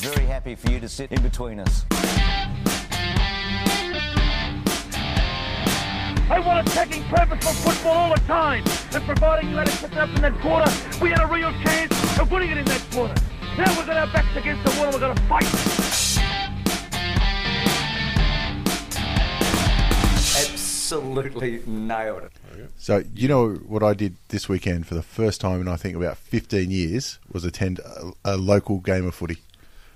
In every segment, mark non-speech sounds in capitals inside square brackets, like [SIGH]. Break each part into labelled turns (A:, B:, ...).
A: Very happy for you to sit in between us.
B: I want attacking purposeful football all the time. And providing you had it picked up in that quarter, we had a real chance of winning it in that quarter. Now we've got our backs against the wall and we're going to fight.
A: Absolutely nailed it.
C: So you know what I did this weekend for the first time in I think about 15 years was attend a, a local game of footy.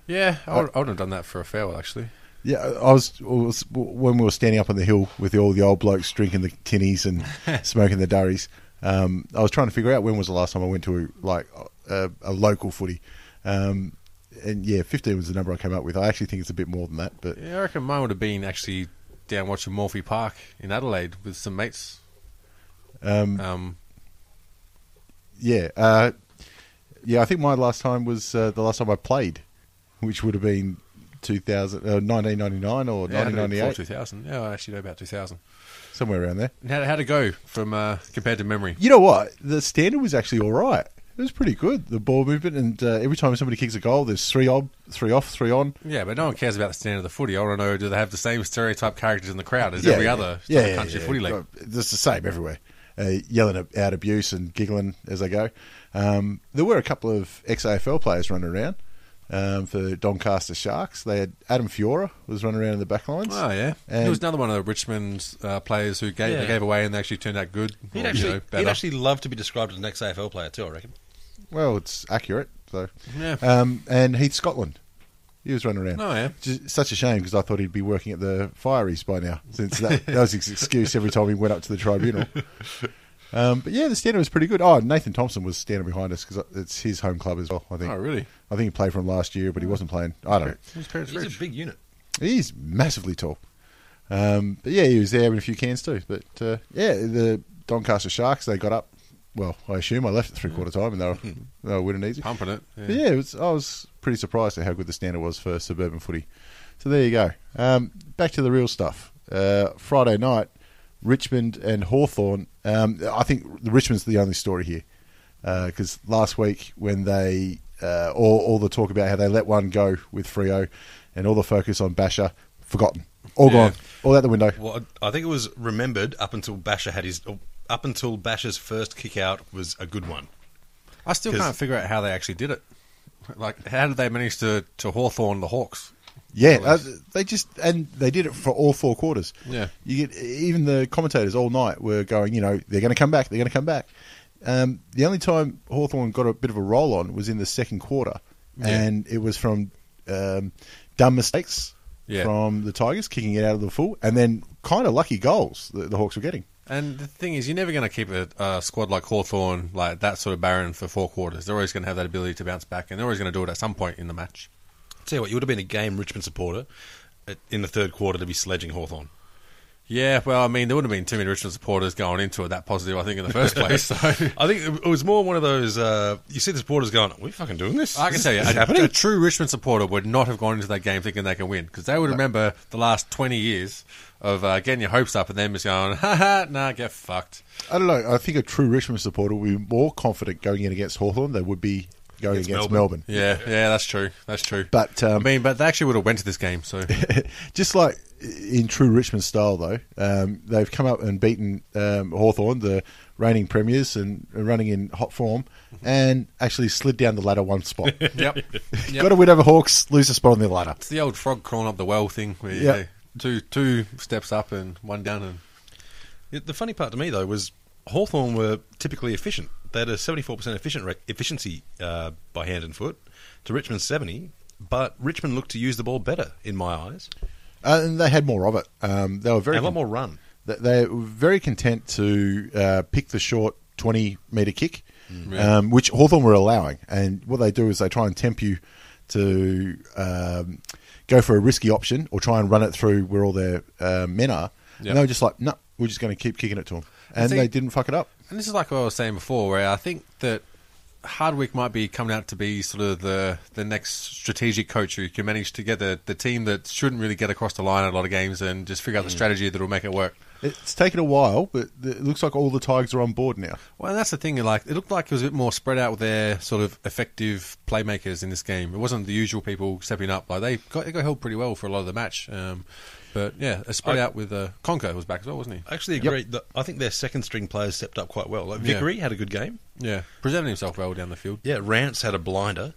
D: Yeah, I would, I would have done that for a fair while, actually.
C: Yeah, I was, I was when we were standing up on the hill with all the old blokes drinking the tinnies and smoking the durries. Um, I was trying to figure out when was the last time I went to like a, a local footy, um, and yeah, 15 was the number I came up with. I actually think it's a bit more than that, but
D: Yeah, I reckon mine would have been actually down watching Morphy Park in Adelaide with some mates.
C: um,
D: Um,
C: yeah, uh, yeah. I think my last time was uh, the last time I played, which would have been 2000, uh, 1999 or
D: yeah, I don't know, before
C: 1998,
D: 2000. Yeah, I actually know about 2000.
C: somewhere around there.
D: And How, how'd it go from uh, compared to memory?
C: You know what? The standard was actually all right. It was pretty good. The ball movement, and uh, every time somebody kicks a goal, there's three on, three off, three on.
D: Yeah, but no one cares about the standard of the footy. I want to know do they have the same stereotype characters in the crowd as
C: Yeah,
D: every
C: yeah.
D: other
C: Yeah, yeah,
D: country
C: yeah.
D: footy league?
C: Well, It's the same everywhere. Uh, yelling out abuse and giggling as they go. Um, there were a couple of ex AFL players running around um, for Doncaster Sharks. They had Adam Fiora was running around in the back lines.
D: Oh yeah,
C: And-
D: there was another one of the Richmond uh, players who gave
E: Yeah.
D: they gave away and they actually turned out good.
E: He'd
D: or,
E: actually,
D: you know,
E: he'd
D: better.
E: actually love to be described as an ex AFL player too. I reckon.
C: Well, it's accurate. So,
D: Yeah.
C: um, and Heath Scotland, he was running around.
D: Oh, yeah.
C: Just- such a shame because I thought he'd be working at the fireys by now, since that, that was his excuse every time he went up to the
D: [LAUGHS]
C: tribunal. Um, but yeah, the standard was pretty good. Oh, Nathan Thompson was standing behind us because it's his home club as well. I think.
D: Oh, really? Oh.
C: I think he played for him last year, but he wasn't playing. I don't know.
D: His parents
E: He's
D: rich.
E: a big unit.
C: He's massively tall. Um, but yeah, he was there in a few cans too. But uh, yeah, the Doncaster Sharks they got up. Well, I assume I left at three quarter time and they were, they were winning easy.
D: Mm. pumping it.
C: But yeah, it was, I was pretty surprised at how good the standard was for suburban footy. So there you go. Um, back to the real stuff. Uh, Friday night, Richmond and Hawthorn. Um, I think the Richmond's the only story here because last week when they uh, all, all the talk about how they let one go with Frio and all the focus on Basher forgotten, all
D: Yeah.
C: gone, all out the window.
E: Well, I think it was remembered up until Basher had his up until Basher's first kick out was a good one.
D: I still
E: 'Cause-
D: can't figure out how they actually did it. Like, how did they manage to to Hawthorn the Hawks?
C: Yeah, uh, they just and they did it for all four quarters.
D: Yeah.
C: you get even the commentators all night were going, you know, they're going to come back, they're going to come back. Um, the only time Hawthorn got a bit of a roll on was in the second quarter, and it was from um, dumb mistakes
D: Yeah.
C: from the Tigers kicking it out of the full, and then kind of lucky goals that the Hawks were getting.
D: And the thing is, you're never going to keep a, a squad like Hawthorn like that sort of barren for four quarters. They're always going to have that ability to bounce back, and they're always going to do it at some point in the match.
E: Tell you what, you would have been a game Richmond supporter at, in the third quarter to be sledging Hawthorn.
D: Yeah, well, I mean, there would have been too many Richmond supporters going into it that positive, I think, in the first place. So
E: I think it was more one of those. Uh, you see the supporters going, "Are we fucking doing
D: [LAUGHS]
E: this?"
D: I can
E: This-
D: tell you,
E: this is
D: a,
E: happening.
D: a true Richmond supporter would not have gone into that game thinking they can win because they would remember the last 20 years of uh, getting your hopes up and then just going, ha ha, nah, get fucked.
C: I don't know. I think a true Richmond supporter would be more confident going in against Hawthorn than would be going
E: Against
C: against
E: Melbourne.
C: Melbourne.
D: Yeah, yeah, that's true. That's true.
C: But, um,
D: I mean, but they actually would have went to this
C: [LAUGHS]
D: game. So
C: Just like in true Richmond style, though, um, they've come up and beaten um, Hawthorn, the reigning premiers, and are running in hot form, and actually slid down the ladder one spot.
D: yep, yep.
C: [LAUGHS] Got a win over Hawks, lose a spot on the ladder.
D: It's the old frog crawling up the well thing where you
C: Yeah.
D: go two two steps up and one down and
E: Yeah, The funny part to me though was Hawthorn were typically efficient. They had a seventy-four percent efficient rec- efficiency uh, by hand and foot to Richmond's seventy, but Richmond looked to use the ball better in my eyes.
C: Uh, and they had more of it. Um, they were very
E: And a
C: con-
E: lot more run.
C: they- They were very content to uh, pick the short 20 metre kick, um, which Hawthorn were allowing. And what they do is they try and tempt you to um, go for a risky option or try and run it through where all their uh, men are.
D: Yep.
C: And they were just like, no, we're just going to keep kicking it to them. And
D: see-
C: they didn't fuck it up.
D: And this is like what I was saying before, where I think that Hardwick might be coming out to be sort of the the next strategic coach who can manage to get the, the team that shouldn't really get across the line in a lot of games and just figure out
C: Mm.
D: the strategy that will make it work.
C: It's taken a while, but it looks like all the Tigers are on board now.
D: Well, and that's the thing. Like it looked like it was a bit more spread out with their sort of effective playmakers in this game. It wasn't the usual people stepping up. Like they got they got held pretty well for a lot of the match. Um, but yeah, a spread
E: I-
D: out with uh, Conker was back as well, wasn't he?
E: I actually agree. that I think their second string players stepped up quite well. Like
D: Yeah.
E: Vickery had a good game.
D: Yeah, presented himself well down the field.
E: Yeah, Rance had a blinder.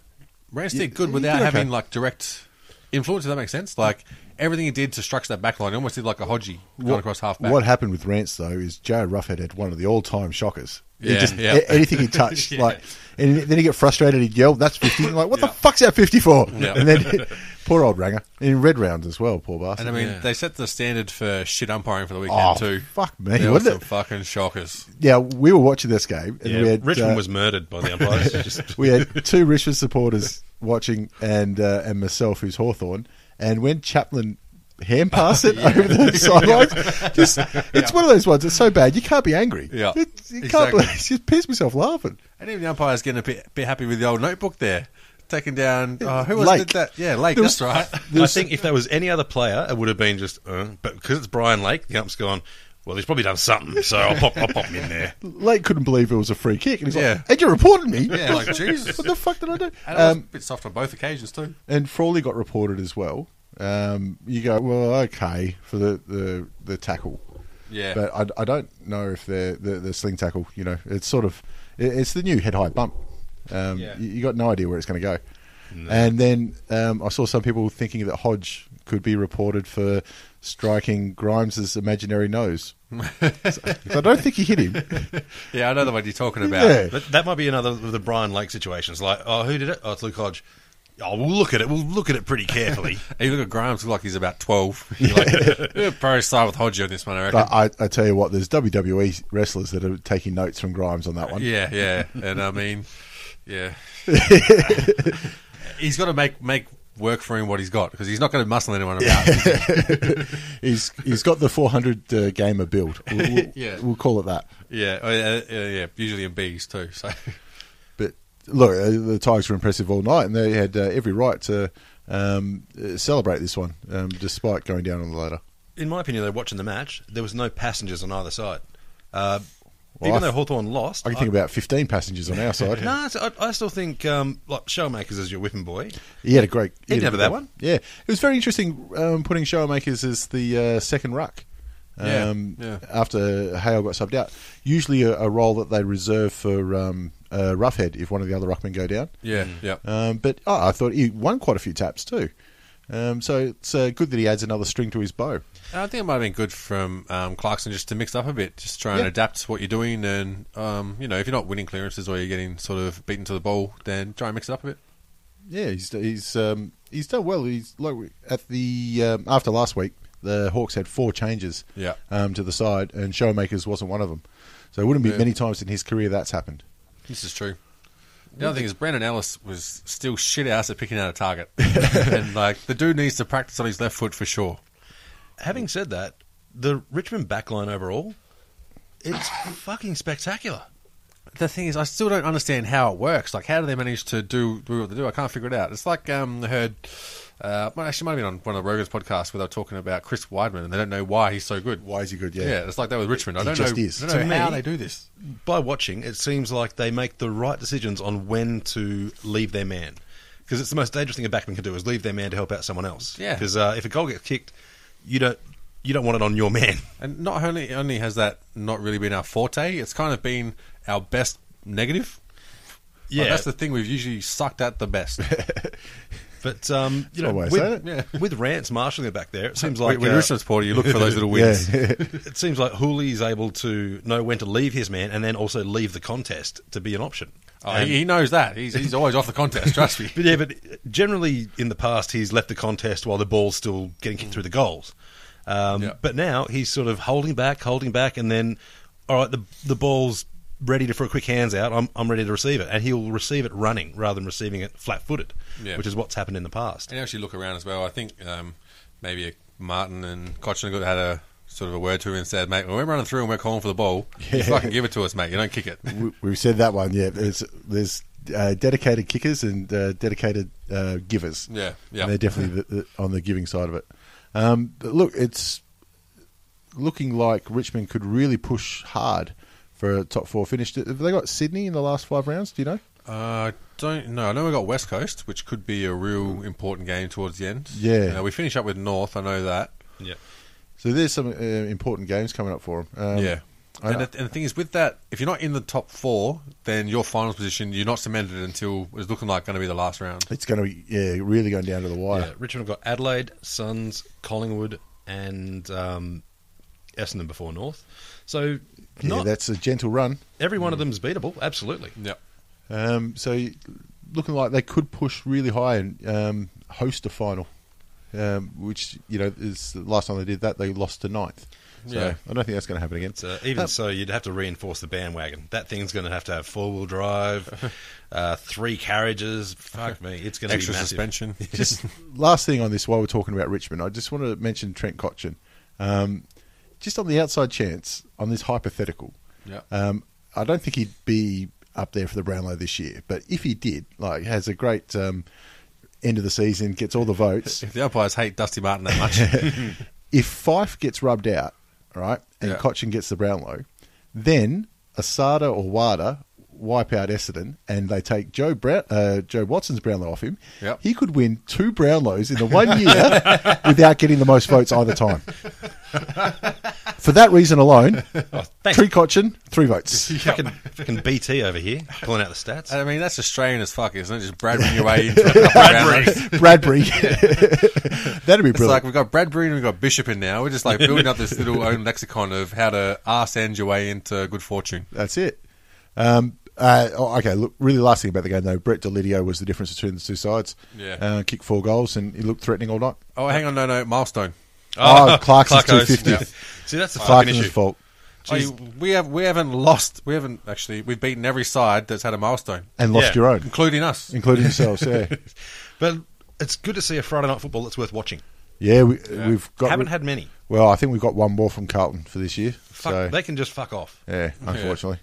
D: Rance did good
C: he
D: without
C: did okay.
D: having like direct influence. If that makes sense, like everything he did to structure that back line, he almost did like a Hodgie going across half back.
C: What happened with Rance though is Jared Ruffhead had one of the all-time shockers. He
D: Yeah,
C: just
D: yeah.
C: a- anything
D: [LAUGHS]
C: he touched,
D: Yeah.
C: like, and then he get frustrated. He'd yell, "That's 50. like, what the fuck's that fifty for?
D: Yeah.
C: And then poor old Ranger in red rounds as well. Poor bastard.
D: and I mean,
E: Yeah.
D: they set the standard for shit umpiring for the weekend
C: Oh,
D: too.
C: fuck me,
D: there were
C: wasn't
D: some
C: it?
D: fucking shockers.
C: yeah, we were watching this game, and
E: Yeah,
C: we had
E: Richmond
C: uh,
E: was murdered by the
C: [LAUGHS]
E: umpires. Just-
C: we
D: [LAUGHS]
C: had two Richmond supporters watching, and uh, and myself, who's Hawthorn. And when Chaplin
D: [LAUGHS]
C: hand passed it over the sidelines, just it's one of those ones. It's so bad you can't be angry.
D: Yeah,
C: It's- you can't.
D: exactly.
C: Believe, [LAUGHS] just pissed myself laughing.
D: And even the umpires getting a bit, bit happy with the old notebook there, taking down uh, who was
C: Lake.
D: did that? Yeah, Lake.
C: [LAUGHS] There was-
D: That's right.
E: I think if there was any other player, it would have been just. Uh, but because it's Brian Lake, the ump's gone. Well, he's probably done something, so I'll pop, I'll pop him in there.
C: Lake couldn't believe it was a free kick, and he's
D: Yeah.
C: like, "And you reported me?
D: [LAUGHS] Yeah, like,
C: [LAUGHS]
D: Jesus.
C: what the fuck did I do?"
D: And it was a
C: Um,
D: bit soft on both occasions too.
C: and Frawley got reported as well. Um, you go, well, okay, for the the, the tackle,
D: Yeah.
C: but I, I don't know if they're the, the sling tackle. You know, it's sort of it, it's the new head high bump. Um,
D: Yeah.
C: you, you got no idea where it's going to go. And then um, I saw some people thinking that Hodge could be reported for striking Grimes's imaginary
D: [LAUGHS]
C: nose. so, I don't think he hit him.
D: Yeah, I know the one you're talking about.
C: Yeah.
D: [LAUGHS]
E: That, that might be another of the Brian Lake situations. Like, oh, who did it? Oh, it's Luke Hodge. Oh, we'll look at it. We'll look at it pretty carefully.
D: And you look at Grimes, look like he's about twelve. [LAUGHS] You're like, "Yeah, probably start with Hodgie on this one, I reckon.
C: But I, I tell you what, there's WWE wrestlers that are taking notes from Grimes on that one.
D: Yeah, yeah, and I mean,
C: [LAUGHS]
D: yeah, he's got to make make work for him what he's got because he's not going to muscle anyone about. [LAUGHS]
C: He's he's got the 400 uh, gamer build. We'll, we'll,
D: Yeah.
C: we'll call it that.
D: yeah, oh, yeah, yeah, yeah, usually in B's too. So
C: But look, uh, the Tigers were impressive all night, and they had uh, every right to um, uh, celebrate this one, um, despite going down on the ladder.
E: in my opinion, though, watching the match, there was no passengers on either side. Uh,
C: Well,
E: even
C: I-
E: though Hawthorn lost,
C: I can think about 15 passengers on our side.
E: Nah, so I, I still think um, like Showmakers is your whipping boy.
C: He had a great.
E: He'd
C: had a
E: have
C: good
E: that one.
C: Yeah, it was very interesting um, putting Showmakers as the uh, second ruck.
D: Yeah,
C: Um,
D: yeah.
C: After Hale got subbed out, usually a, a role that they reserve for um, uh, Roughhead if one of the other ruckmen go down.
D: yeah,
E: Mm.
D: yeah.
C: Um, but oh, I thought he won quite a few taps too. Um, so it's uh, good that he adds another string to his bow.
D: And I think it might have been good from um, Clarkson just to mix up a bit, just try and
C: Yeah.
D: adapt to what you're doing, and um, you know, if you're not winning clearances or you're getting sort of beaten to the ball, then try and mix it up a bit.
C: Yeah, he's he's um, he's done well. He's like at the um, after last week, the Hawks had four changes.
D: Yeah.
C: Um, to the side, and Showmakers wasn't one of them. So it wouldn't be
D: Yeah.
C: many times in his career that's happened.
D: This is true. The other thing is Brandon Ellis was still shit ass at picking out
C: [LAUGHS]
D: a target, and like the dude needs to practice on his left foot for sure.
E: [LAUGHS] Having said that, the Richmond backline overall, it's fucking spectacular.
D: the thing is, I still don't understand how it works. Like, how do they manage to do, do what they do? I can't figure it out. It's like um, I heard, uh, well, actually, it might have been on one of the Rogan's podcasts where they were talking about Chris Weidman, and they don't know why he's so good.
C: Why is he good?
D: Yeah,
C: Yeah.
D: it's like that with Richmond. I
C: He
D: don't
C: just
D: know,
C: is.
D: I don't know
E: To
D: how
E: me-
D: they do this.
E: By watching, it seems like they make the right decisions on when to leave their man. Because it's the most dangerous thing a backman can do is leave their man to help out someone else.
D: Yeah.
E: Because uh, if a goal gets kicked, you don't you don't want it on your man. [LAUGHS]
D: And not only only has that not really been our forte, it's kind of been our best negative. Like,
E: Like,
D: that's the thing we've usually sucked at
C: [LAUGHS]
D: the best.
E: But um, you know,
C: That's one way of
E: with,
C: saying
E: with Rance marshalling it back there, it seems
D: like
E: like
D: when
E: uh,
D: you're a Richmond supporter, you look for those
C: [LAUGHS]
D: little wins.
E: it seems like Hooley is able to know when to leave his man and then also leave the contest to be an option.
D: Oh,
E: And-
D: he, he knows that. He's, he's always off the contest. Trust me.
E: but yeah, but generally in the past he's left the contest while the ball's still getting kicked through the goals. Um,
D: Yeah.
E: But now he's sort of holding back, holding back, and then all right, the the ball's ready to, for a quick hands out. I'm, I'm ready to receive it, and he'll receive it running rather than receiving it flat footed,
D: Yeah.
E: which is what's happened in the past.
D: And actually look around as well. I think um, maybe Martin and Kochner had a sort of a word to him and said, "Mate, when we're running through and we're calling for
C: [LAUGHS]
D: the ball, you
C: Yeah.
D: fucking give it to us, mate. You don't kick it."
C: We, we've said that one. Yeah, there's there's uh, dedicated kickers and uh, dedicated uh, givers.
D: Yeah, yeah.
C: And they're definitely the, the, on the giving side of it. Um, but look, it's looking like Richmond could really push hard for a top four finish. Have they got Sydney in the last five rounds? Do you know?
D: Uh, I don't know. I know we got West Coast, which could be a real important game towards the end.
C: Yeah.
D: Uh, we finish up with North. I know that.
E: Yeah.
C: So there's some uh, important games coming up for them. Um,
D: yeah.
C: I-
D: And the, and the thing is, with that, if you're not in the top four, then your finals position, you're not cemented until it's looking like going to be the last round.
C: It's going to be yeah, really going down to the wire.
E: Yeah, Richmond have got Adelaide, Suns, Collingwood, and um, Essendon before North. So
C: Yeah,
E: not
C: that's a gentle run.
E: every one of them's beatable. Absolutely.
D: Yep.
C: Um, so you- looking like they could push really high and um, host a final, um, which you know is the last time they did that they lost to ninth. So
D: Yeah.
C: I don't think that's going to happen again.
E: So uh, even
C: Um,
E: so, you'd have to reinforce the bandwagon. That thing's going to have to have four wheel drive,
C: [LAUGHS]
E: uh, three carriages. Fuck me, it's going to
D: Extra
E: be
C: [LAUGHS]
E: massive.
D: suspension.
C: [LAUGHS] just last thing on this while we're talking about Richmond, I just want to mention Trent Cotchin. Um, just on the outside chance on this hypothetical,
D: Yeah.
C: um, I don't think he'd be up there for the Brownlow this year. But if he did, like has a great um, end of the season, gets all the votes.
D: If the umpires hate Dusty Martin
C: [LAUGHS]
D: that much,
C: if Fife gets rubbed out, right, and
D: Yeah.
C: Cochin gets the Brownlow, then Asada or Wada wipe out Essendon and they take Joe Brown, uh, Joe Watson's Brownlow off him.
D: Yep.
C: He could win two Brownlows in the one
D: [LAUGHS]
C: year without getting the most votes either time. [LAUGHS] For that reason alone,
D: Oh,
E: thanks.
C: Tree Cochin, three votes.
D: [LAUGHS]
E: [LAUGHS] Fucking, fucking BT over here pulling out the stats.
C: Uh,
D: I mean, that's Australian as fuck, isn't it? Just
C: [LAUGHS]
D: Bradbury your way into a couple of rounds.
C: Bradbury. [LAUGHS] That'd be
D: It's like
C: brilliant.
D: we've got Bradbury and we've got Bishop in now. We're just like building up this little own lexicon of how to arse end your way into good fortune.
C: That's it. Um, uh, oh, okay, look, really last thing about the game, though. Brett Delidio was the difference between the two sides.
D: Yeah.
C: Uh, kicked four goals and he looked threatening all night.
D: Oh, hang on, no, no, milestone.
C: Oh, Clarkson's
E: Clarko's.
C: 250.
E: Yeah. See, that's the fucking
C: Clarkson's
E: issue.
C: fault.
D: Oh, you- we have we haven't lost. We haven't actually. We've beaten every side that's had a milestone,
C: And lost
E: Yeah.
C: your
E: [LAUGHS]
C: own,
D: including us.
C: including yourselves. Yeah.
E: But it's good to see a Friday night football that's worth watching.
C: Yeah, we, we've got.
E: Haven't had many.
C: Well, I think we've got one more from Carlton for this year.
E: Fuck,
C: so,
E: they can just fuck off.
C: yeah, unfortunately.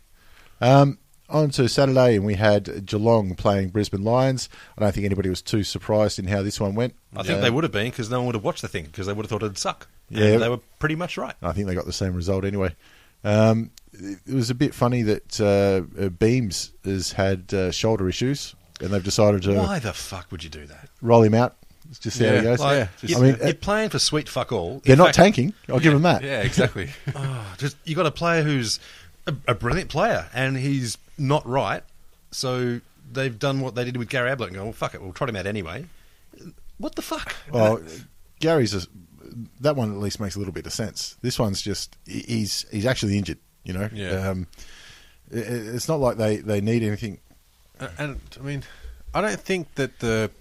C: Um, on to Saturday, and we had Geelong playing Brisbane Lions. I don't think anybody was too surprised in how this one went.
E: I think
C: Yeah.
E: they would have been because no one would have watched the thing because they would have thought it'd suck.
C: Yeah.
E: Yeah, they were pretty much right.
C: I think they got the same result anyway. Um, it it was a bit funny that uh, uh, Beams has had uh, shoulder issues, and they've decided to
E: Why the fuck would you do that?
C: roll him out. It's just how
D: Yeah,
C: he goes.
D: like, Yeah,
C: I mean,
E: you're
C: uh,
E: playing for sweet fuck all. In
C: they're not
E: fact,
C: tanking. I'll give them that.
D: Yeah, exactly.
E: oh, just you got a player who's a, a brilliant player and he's not right. So they've done what they did with Gary Ablett and go, well, fuck it, we'll trot him out anyway. What the fuck?
C: Well, Gary's a, that one at least makes a little bit of sense. This one's just he- he's he's actually injured. You know,
D: Yeah.
C: Um, i- i- it's not like they, they need anything.
D: and, and, I mean, I don't think that the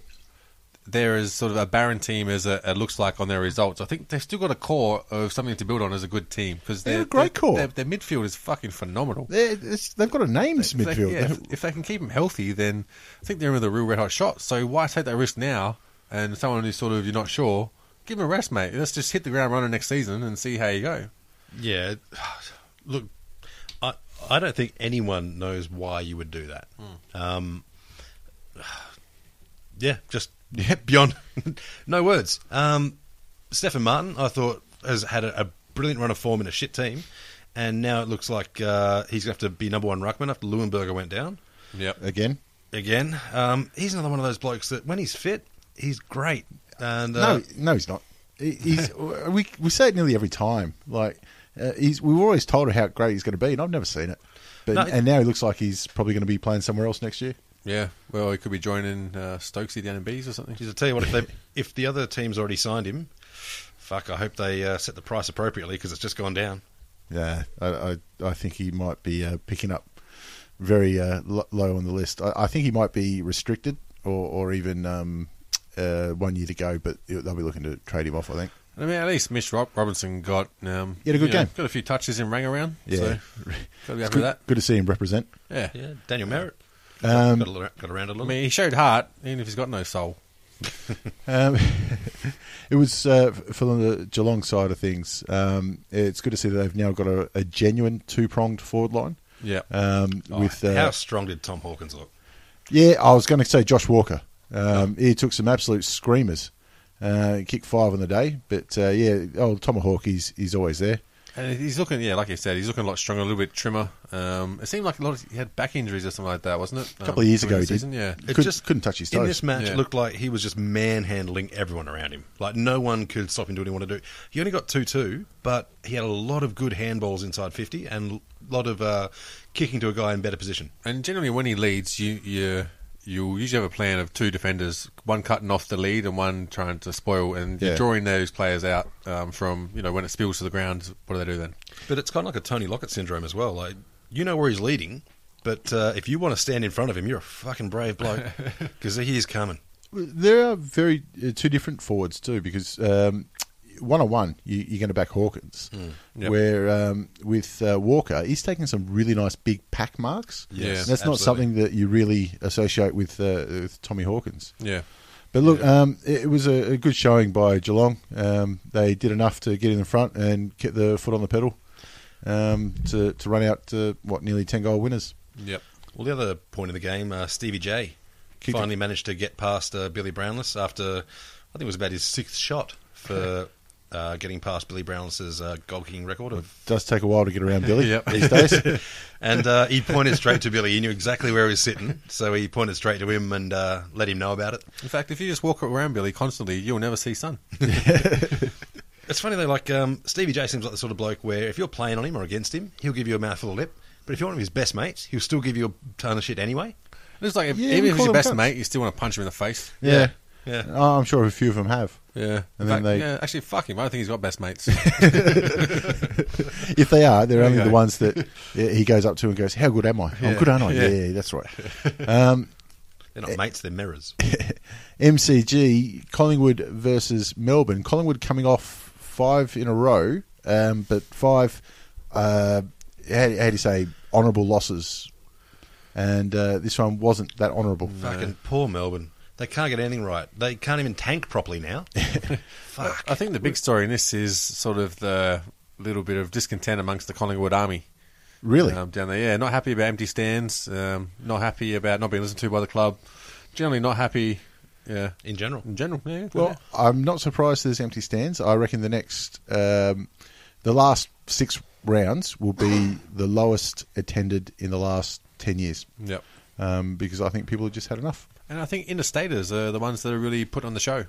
D: there is sort of a barren team as it, it looks like on their results. I think they've still got a core of something to build on as a good team because
C: They're a great core.
D: Their, their midfield is fucking phenomenal.
C: They're- It's, they've got a names
D: If they-
C: midfield.
D: yeah, if, if they can keep him healthy, then I think they're in with a real red hot shot. So why take that risk now? And someone who's sort of you're not sure, give him a rest, mate. Let's just hit the ground running next season and see how you go.
E: Yeah. [SIGHS] Look, I I don't think anyone knows why you would do that. Um, [SIGHS] yeah, just [LAUGHS] yeah, beyond no words. Um, Stefan Martin, I thought, has had a, a brilliant run of form in a shit team, and now it looks like uh, he's going to have to be number one ruckman after Lewinberger went down
D: Yep.
C: Again,
E: again. Um, he's another one of those blokes that when he's fit, he's great. And uh,
C: no, no, he's not. He-
D: [LAUGHS]
C: He's, we we say it nearly every time. Like uh, he's, we were always told how great he's going to be, and I've never seen it. But
E: No.
C: and now he looks like he's probably going to be playing somewhere else next year.
D: Yeah. Well, he could be joining uh, Stokesy down in Bees or something.
E: Jeez, I tell you what, if, they, if the other team's already signed him, fuck, I hope they uh, set the price appropriately because it's just gone down.
C: Yeah, I, I, I think he might be uh, picking up very uh, lo- low on the list. I, I think he might be restricted or, or even um, uh, one year to go, but they'll be looking to trade him off, I think.
D: I mean, at least Mitch Rob- Robinson got um,
C: He had a good
D: you know,
C: game.
D: got a few touches and rang around.
C: Yeah.
D: so got to be
C: It's
D: happy
C: good,
D: with that.
C: good to see him represent.
D: Yeah.
E: Yeah, Daniel Merritt.
C: Um,
E: got, a, little- got around a
D: I
E: little.
D: mean, he showed heart, even if he's got no soul.
C: Um, it was uh, for the Geelong side of things. Um, it's good to see that they've now got a, a genuine two pronged forward line.
D: Yeah.
C: Um,
E: Oh,
C: with uh,
E: how strong did Tom Hawkins look?
C: yeah, I was going to say Josh Walker. Um, He took some absolute screamers. Uh, he kicked five on the day, but uh, yeah, oh Tomahawk, he's he's always there.
D: And he's looking, yeah, like you said, he's looking a lot stronger, a little bit trimmer. Um, it seemed like a lot. Of, he had back injuries or something like that, wasn't it? A
C: couple of years ago, he did.
D: season, yeah.
C: Could- couldn't touch his
E: In
C: toes.
E: this match,
D: Yeah.
E: it looked like he was just manhandling everyone around him. Like no one could stop him doing what he wanted to do. He only got two two, but he had a lot of good handballs inside fifty and a lot of uh, kicking to a guy in better position.
D: And generally, when he leads, you you you usually have a plan of two defenders, one cutting off the lead and one trying to spoil, and
C: Yeah.
D: you're drawing those players out um, from you know when it spills to the ground. What do they do then?
E: But it's kind of like a Tony Lockett syndrome as well. Like you know where he's leading, but uh, if you want to stand in front of him, you're a fucking brave bloke because he is coming.
C: There are very uh, two different forwards too, because um, one on one you, you're going to back Hawkins,
D: yep.
C: where um, with uh, Walker he's taking some really nice big pack marks.
D: Yes,
C: And that's not
E: absolutely.
C: something that you really associate with uh, with Tommy Hawkins.
D: Yeah,
C: But look, um, it, it was a, a good showing by Geelong. Um, they did enough to get in the front and get the foot on the pedal um, to to run out to what nearly ten goal winners.
D: yep.
E: Well, the other point of the game, uh, Stevie J
C: Kicked
E: finally managed to get past uh, Billy Brownless after, I think it was about his sixth shot for uh, getting past Billy Brownless's uh, goal kicking record. Of,
C: Does take a while to get around Billy
D: [LAUGHS] Yep.
C: these days.
E: and uh, he pointed straight to Billy. He knew exactly where he was sitting, so he pointed straight to him and uh, let him know about it.
D: In fact, if you just walk around Billy constantly, you'll never see sun.
E: It's funny though, like um, Stevie J seems like the sort of bloke where if you're playing on him or against him, he'll give you a mouthful of lip. But if you're one of his best mates, he'll still give you a ton of shit anyway.
D: [LAUGHS] It's like if,
C: Yeah, we
D: even if
C: call
D: he's your
C: them
D: best
C: cunts.
D: mate, you still want to punch him in the face.
C: Yeah.
E: Yeah.
C: Oh, I'm sure a few of them have.
D: Yeah,
C: And then
D: In fact,
C: they-
D: yeah, actually, fuck him. I don't think he's got best [LAUGHS] mates.
C: If they are, they're only
D: you
C: the
D: go.
C: ones
D: [LAUGHS]
C: that yeah, he goes up to and goes, "How good am I? I'm good, aren't I?" Yeah,
D: Yeah.
C: that's right. Um,
E: They're not mates, they're mirrors.
C: MCG Collingwood versus Melbourne. Collingwood coming off five in a row, um, but five, uh, how, how do you say, honourable losses, and uh, this one wasn't that honourable.
E: Fucking poor Melbourne. They can't get anything right. They can't even tank properly
D: [LAUGHS]
E: now. Fuck.
D: I think the big story in this is sort of the little bit of discontent amongst the Collingwood army.
C: Really,
D: Um, down there, yeah. Not happy about empty stands. Um, not happy about not being listened to by the club. Generally, not happy. Yeah,
E: In general.
D: in general. Yeah.
C: Well, I'm not surprised there's empty stands. I reckon the next, um, the last six rounds will be the lowest attended in the last ten years,
D: yeah. Yep.
C: um, because I think people have just had enough.
D: And I think interstaters are the ones that are really put on the show.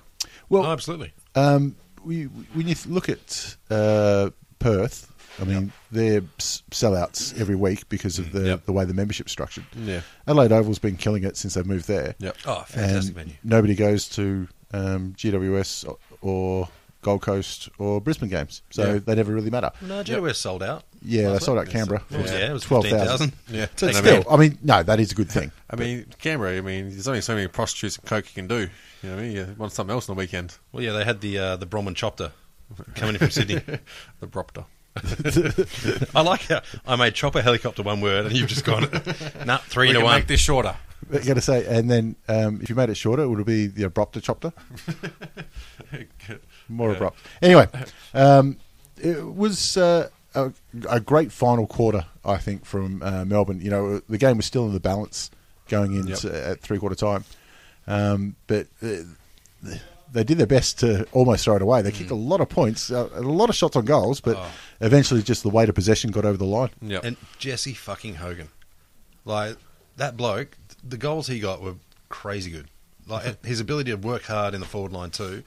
C: Well,
E: Oh, absolutely.
C: um, we, when you look at uh, Perth, I mean they're s- sellouts every week because of the,
D: Mm, yep.
C: the way the membership's structured.
D: Yeah.
C: Adelaide Oval's been killing it since they've moved there.
D: Yep.
E: Oh,
C: and
E: fantastic venue.
C: nobody goes to um, GWS o- or Gold Coast or Brisbane games, so
D: Yeah.
C: they never really matter.
E: No, GWS sold out.
C: Yeah, they
E: Last
C: sold
E: week.
C: out Canberra.
E: Yeah,
C: for
E: yeah, it was
C: 12,000.
E: 12,000.
D: Yeah.
C: So
D: And I
C: still,
D: mean-
C: I mean, no, that is a good
D: [LAUGHS]
C: thing.
D: I mean, Canberra. I mean, there's only so many prostitutes and coke you can do. You know what I mean? You want something else on the weekend?
E: Well, yeah, they had the uh, the Bromwich Chopter coming in
C: [LAUGHS]
E: from Sydney.
D: The Bropter.
E: [LAUGHS] I like how I made chopper helicopter one word and you've just gone, [LAUGHS] nah, three
D: We
E: to
D: can
E: one.
D: make this shorter.
C: I got to say, and then um, if you made it shorter, it would be the abrupt chopter. More abrupt. Anyway, um, it was uh, a, a great final quarter, I think, from uh, Melbourne. You know, the game was still in the balance going in
D: Yep.
C: at three quarter time, um, but uh, they did their best to almost throw it away. They kicked a lot of points, uh, a lot of shots on goals, but eventually just the weight of possession got over the line.
D: Yeah.
E: And Jesse fucking Hogan. Like, that bloke, the goals he got were crazy good.
D: [LAUGHS]
E: Like, his ability to work hard in the forward line, too.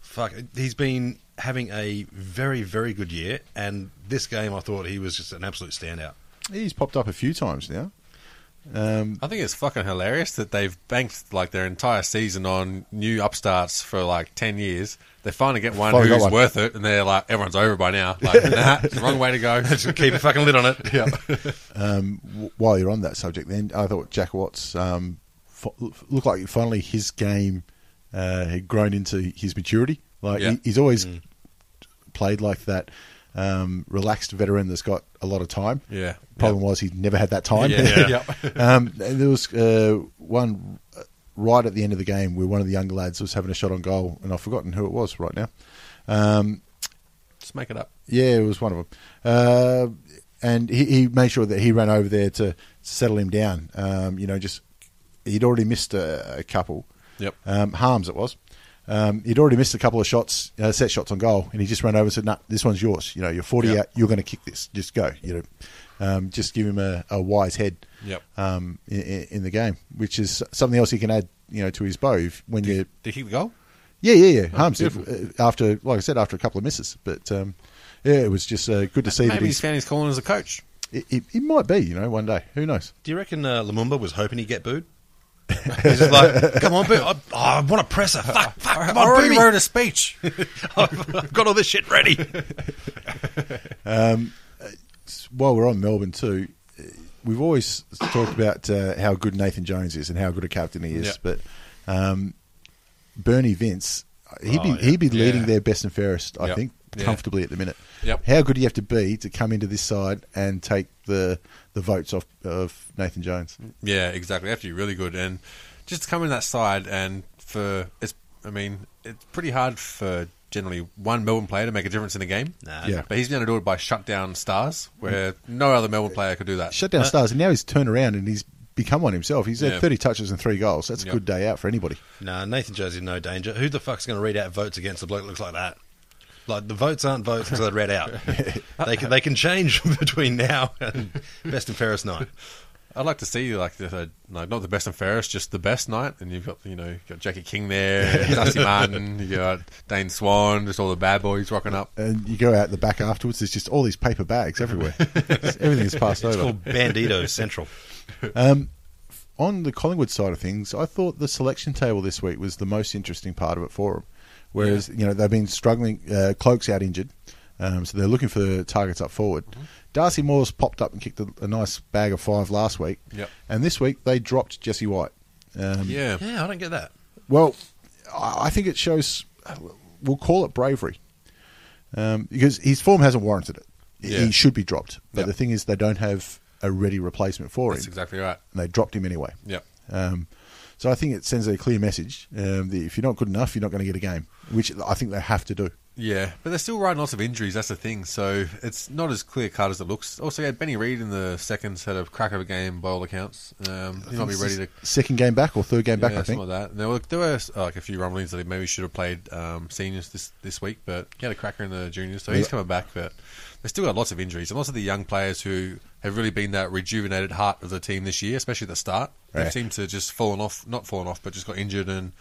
E: Fuck, he's been having a very, very good year. And this game, I thought he was just an absolute standout.
C: He's popped up a few times now. Um,
D: I think it's fucking hilarious that they've banked like their entire season on new upstarts for like ten years. They finally get one
C: Finally got
D: who's
C: one.
D: worth it, and they're like, everyone's over by now. Like, nah, it's the wrong way to go. [LAUGHS]
E: Just keep a fucking lid on it. Yeah.
C: w- while you're on that subject, then I thought Jack Watts um, fo- looked like finally his game uh, had grown into his maturity. Like
D: Yeah. Mm.
C: he, he's always played like that um, relaxed veteran that's got a lot of time.
D: Yeah.
C: Problem was he never had that time. [LAUGHS]
D: Yeah, [LAUGHS]
C: um, and there was uh, one uh, right at the end of the game where one of the younger lads was having a shot on goal, and I've forgotten who it was right now.
D: Just make it up.
C: Yeah, it was one of them. Uh, and he, he made sure that he ran over there to settle him down. Um, you know, just he'd already missed a, a couple.
D: Yep.
C: Um, Harms it was. Um, he'd already missed a couple of shots, uh, set shots on goal, and he just ran over and said, "No, this one's yours. You know, you're 40
D: Yep.
C: out. You're going to kick this. Just go. You know, um, just give him a, a wise head."
D: Yep.
C: Um, in, in the game, which is something else he can add, you know, to his bow if, when you
D: Did he kick the goal?
C: yeah, yeah, yeah. Harms did,
D: Oh, beautiful.
C: uh, after, like I said, after a couple of misses. But um, yeah, it was just uh, good to see that
D: Maybe he's
C: he's.
D: found his calling as a coach.
C: It, it, it might be, you know, one day. Who knows?
E: Do you reckon uh, Lumumba was hoping he'd
D: [LAUGHS]
E: get booed? He's just like, come on, boo. I, oh, I want a presser. Fuck, fuck, come
D: I
E: on, boo
D: already
E: me.
D: wrote a speech.
E: I've, I've got all this shit ready.
C: While we're on Melbourne too, uh, we've always talked about uh, how good Nathan Jones is and how good a captain he is.
D: Yeah.
C: But um, Bernie Vince, he'd be
E: Oh, yeah.
C: he'd be leading
D: Yeah.
C: their best and fairest, I
D: Yep.
C: think,
D: Yeah.
C: comfortably at the minute.
D: Yep.
C: How good do you have to be to come into this side and take the the votes off of Nathan Jones?
D: Yeah, exactly. They have to be really good, and just to come in that side and for it's. I mean, it's pretty hard for generally one Melbourne player to make a difference in a game.
E: Nah.
C: Yeah. Mm.
D: but he's going to do it by shutdown stars, where no other Melbourne player could do that.
C: shut down stars, and now he's turned around and he's become one himself. He's had
D: Uh, Yeah.
C: 30 touches and three goals. That's
D: Yep.
C: a good day out for anybody.
E: Nah, Nathan Jones in no danger. Who the fuck's going to read out votes against a bloke that looks like that? Like the votes aren't votes until they're
D: [LAUGHS]
E: read out. they can they can change [LAUGHS] between now and best and fairest night.
D: I'd like to see like the uh, like not the best and fairest, just the best night. And you've got you know you've got Jackie
C: [LAUGHS]
D: King there, Dusty Martin, you got Dane Swan, just all the bad boys rocking up.
C: And you go out the back afterwards, there's just all these paper bags
D: [LAUGHS]
C: everywhere. It's- Everything is passed
E: It's
C: over.
E: called Bandito Central.
C: On the Collingwood side of things, I thought the selection table this week was the most interesting part of it for them. Whereas, you know, they've been struggling. Uh, Cloak's out injured, um, so they're looking for targets up forward.
D: Mm-hmm.
C: Darcy Moore's popped up and kicked a, a nice bag of five last week.
D: Yep.
C: And this week they dropped Jesse White. Um,
D: Yeah,
E: Yeah, I don't get that.
C: Well, I I think it shows. We'll call it bravery um, because his form hasn't warranted it.
D: Yeah.
C: He should be dropped, but
D: Yep.
C: the thing is, they don't have a ready replacement for
D: that's
C: him,
D: exactly right.
C: and they dropped him anyway.
D: Yep.
C: Um, so I think it sends a clear message um, that if you're not good enough, you're not going to get a game, which I think they have to do.
D: Yeah, but they're still riding lots of injuries. That's the thing. So it's not as clear cut as it looks. Also, yeah, Benny Reed in the second set of crack of a game by all accounts. Um, he might be ready to.
C: second game back or third game back.
D: yeah,
C: I think.
D: something like that. And there were there were uh, like a few rumblings that he maybe should have played um, seniors this this week, but he had a cracker in the juniors, so he's
C: Yeah.
D: coming back. But they still got lots of injuries, and lots of the young players who have really been that rejuvenated heart of the team this year, especially at the start.
C: Yeah.
D: They've seemed to just fallen off, not fallen off, but just got injured, and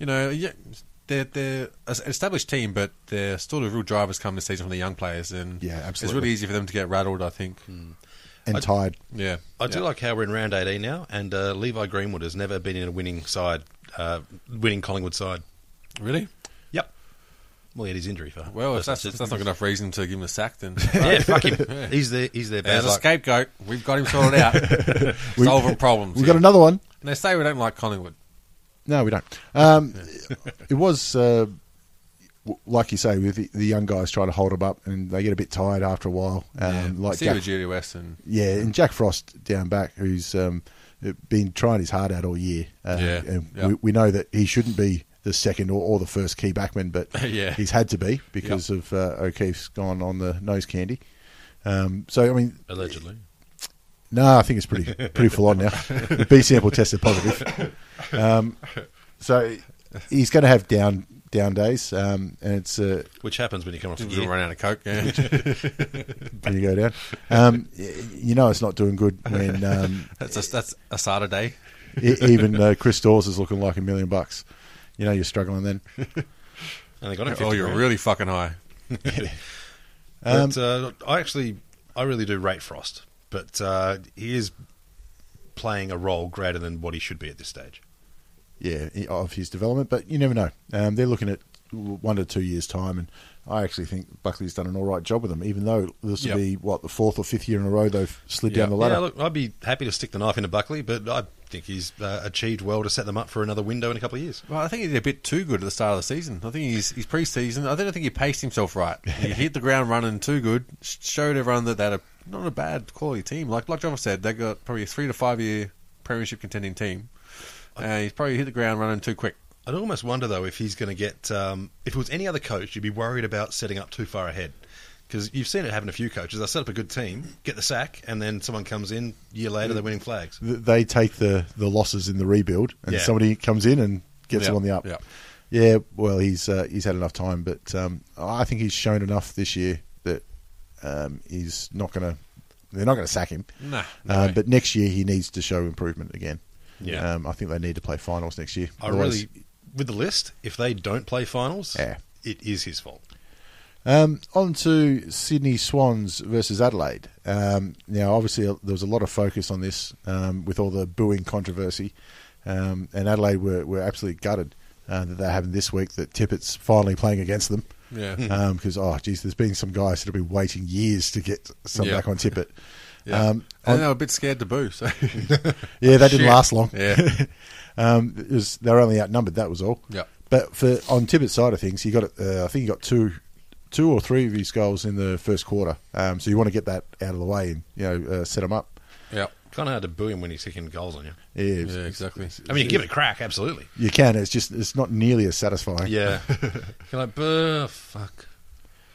D: you know, yeah, they're they're an established team, but they're still the real drivers come this season from the young players, and
C: Yeah,
D: it's
C: absolutely.
D: really easy for them to get rattled. I think,
C: and tied.
D: yeah,
E: Hmm. I do
D: Yeah.
E: like how we're in round 18 now, and uh, Levi Greenwood has never been in a winning side, uh, winning Collingwood side.
D: really.
E: Yep. Well, he had his injury for.
D: Well, if that's, if that's not enough reason to give him a
C: [LAUGHS]
D: sack, then [LAUGHS]
E: yeah, fuck him. He's there. He's there.
D: There's a
E: Like,
D: scapegoat. We've got him sorted
C: [LAUGHS]
D: out. Solving problems.
C: We've
D: here.
C: got another one.
D: And they say we don't like Collingwood.
C: No,
D: [LAUGHS]
C: we don't. Um, it was uh, w- like you say, with the, the young guys try to hold them up, and they get a bit tired after a while. Um, Like
D: see
C: Jack,
D: with Judy West and
C: yeah, and Jack Frost down back, who's um, been trying his heart out all year. Uh,
D: Yeah,
C: and
D: yeah.
C: We, we know that he shouldn't be the second or, or the first key backman, but
D: [LAUGHS] Yeah.
C: he's had to be because of uh, O'Keefe's gone on the nose candy. Um, so I mean,
E: allegedly.
C: no, I think it's pretty pretty full on now. The B sample tested positive, um, so he's going to have down down days, um, and it's uh,
E: Which happens when you come off the
D: we'll
E: gear.
D: run out of coke. Yeah.
C: [LAUGHS] when you go down. Um, y- you know, it's not doing good when um,
D: that's a, that's a Saturday.
C: e- even uh, Chris Dawes is looking like a million bucks. You know, you're struggling then.
E: And they got him.
D: Oh,
E: 50
D: you're
E: grand.
D: really fucking high.
E: But, uh, I actually, I really do rate Frost, but uh, he is playing a role greater than what he should be at this stage.
C: yeah, of his development. But you never know. Um, they're looking at one to two years' time. And I actually think Buckley's done an all right job with them, even though this will
D: Yep.
C: be, what, the fourth or fifth year in a row they've slid down the
E: Yeah,
C: ladder.
E: look, I'd be happy to stick the knife into Buckley, but I think he's uh, achieved well to set them up for another window in a couple of years.
D: Well, I think he did a bit too good at the start of the season. I think he's he's pre-season. I don't think he paced himself
E: [LAUGHS]
D: right. He hit the ground running too good. sh- Showed everyone that they're a, not a bad quality team. Like like John said, they got probably a three to five year premiership contending team. And he's probably hit the ground running too quick.
E: I'd almost wonder though if he's going to get. Um, if it was any other coach, you'd be worried about setting up too far ahead because you've seen it happen to a few coaches. They set up a good team, get the sack, and then someone comes in year later,
D: Mm.
E: they're winning flags.
C: Th- They take the, the losses in the rebuild, and
E: Yeah.
C: somebody comes in and gets
D: Yeah,
C: them on the up.
D: yeah.
C: Yeah, well, he's uh, he's had enough time, but um, I think he's shown enough this year that um, he's not going to. They're not going to sack him.
D: Nah, no
C: Uh,
D: way.
C: but next year he needs to show improvement again.
E: Yeah.
C: Um, I think they need to play finals next year.
E: I
C: Otherwise-
E: really, with the list, if they don't play finals,
C: Yeah.
E: it is his fault.
C: Um, on to Sydney Swans versus Adelaide. Um, now, obviously, uh, there was a lot of focus on this um, with all the booing controversy, um, and Adelaide were, were absolutely gutted uh, that that happened this week. That Tippett's finally playing against them. [LAUGHS]
D: Yeah.
C: Because oh, geez, there's been some guys that have been waiting years to get some
D: Yeah.
C: back on
D: [LAUGHS]
C: Tippett.
D: Yeah.
C: Um,
D: and they were a bit scared to boo. So
C: Yeah, [LAUGHS] that didn't
D: Shit.
C: last long. [LAUGHS]
D: Yeah.
C: um, it was they were only outnumbered. That was all.
D: Yeah.
C: But for on Tippett's side of things, he got uh, I think he got two, two or three of his goals in the first quarter. Um, so you want to get that out of the way and you know uh, set him up.
D: yeah,
E: Kind of hard to boo him when he's kicking goals on you.
C: Yeah, it's-
D: yeah, exactly.
E: I mean, you give it a crack, absolutely.
C: you can. It's just it's not nearly as satisfying.
D: [LAUGHS]
E: Yeah, you're like, "Buh, fuck.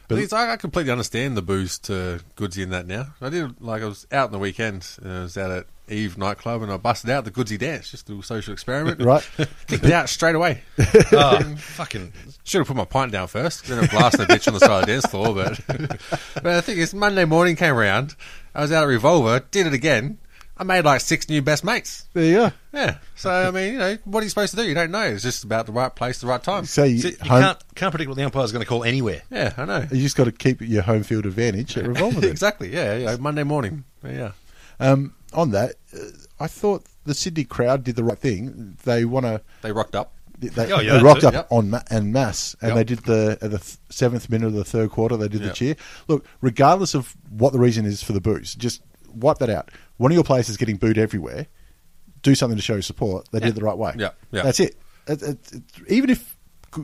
D: But it's, I, I completely understand the booze to Goodsy in that now. I did like I was out on the weekend. And I was out at Eve nightclub and I busted out the Goodsy dance, just a little social
C: [LAUGHS] [LAUGHS]
D: experiment.
C: Right.
D: [LAUGHS] kicked it out straight away.
E: Oh, fucking.
D: Should have put my pint down first. 'cause Then I blasted a bitch on the side of the dance floor. But [LAUGHS] but the thing is, Monday morning came around. I was out at Revolver, did it again. I made like six new best mates.
C: There you go.
D: Yeah. So I mean, you know, what are you supposed to do? You don't know. It's just about the right place, the right time.
C: So you,
E: So you
C: home-
E: can't can't predict what the umpire's going to call anywhere.
D: yeah, I know.
C: you just got to keep your home field advantage at
D: [LAUGHS]
C: revolver. then.
D: exactly. Yeah, yeah. Monday morning. Yeah.
C: Um, on that, uh, I thought the Sydney crowd did the right thing. They want to.
D: They rocked up.
C: They,
E: Oh, yeah,
C: they
E: that's
C: rocked
E: it,
C: up
D: yep.
C: on ma- en masse, and
D: Yep.
C: they did the at the th- seventh minute of the third quarter. They did the
D: Yep.
C: cheer. Look, regardless of what the reason is for the booze, just wipe that out. One of your players is getting booed everywhere. Do something to show support. They did it the right way.
D: Yeah, yeah.
C: that's it. It- it- it- even if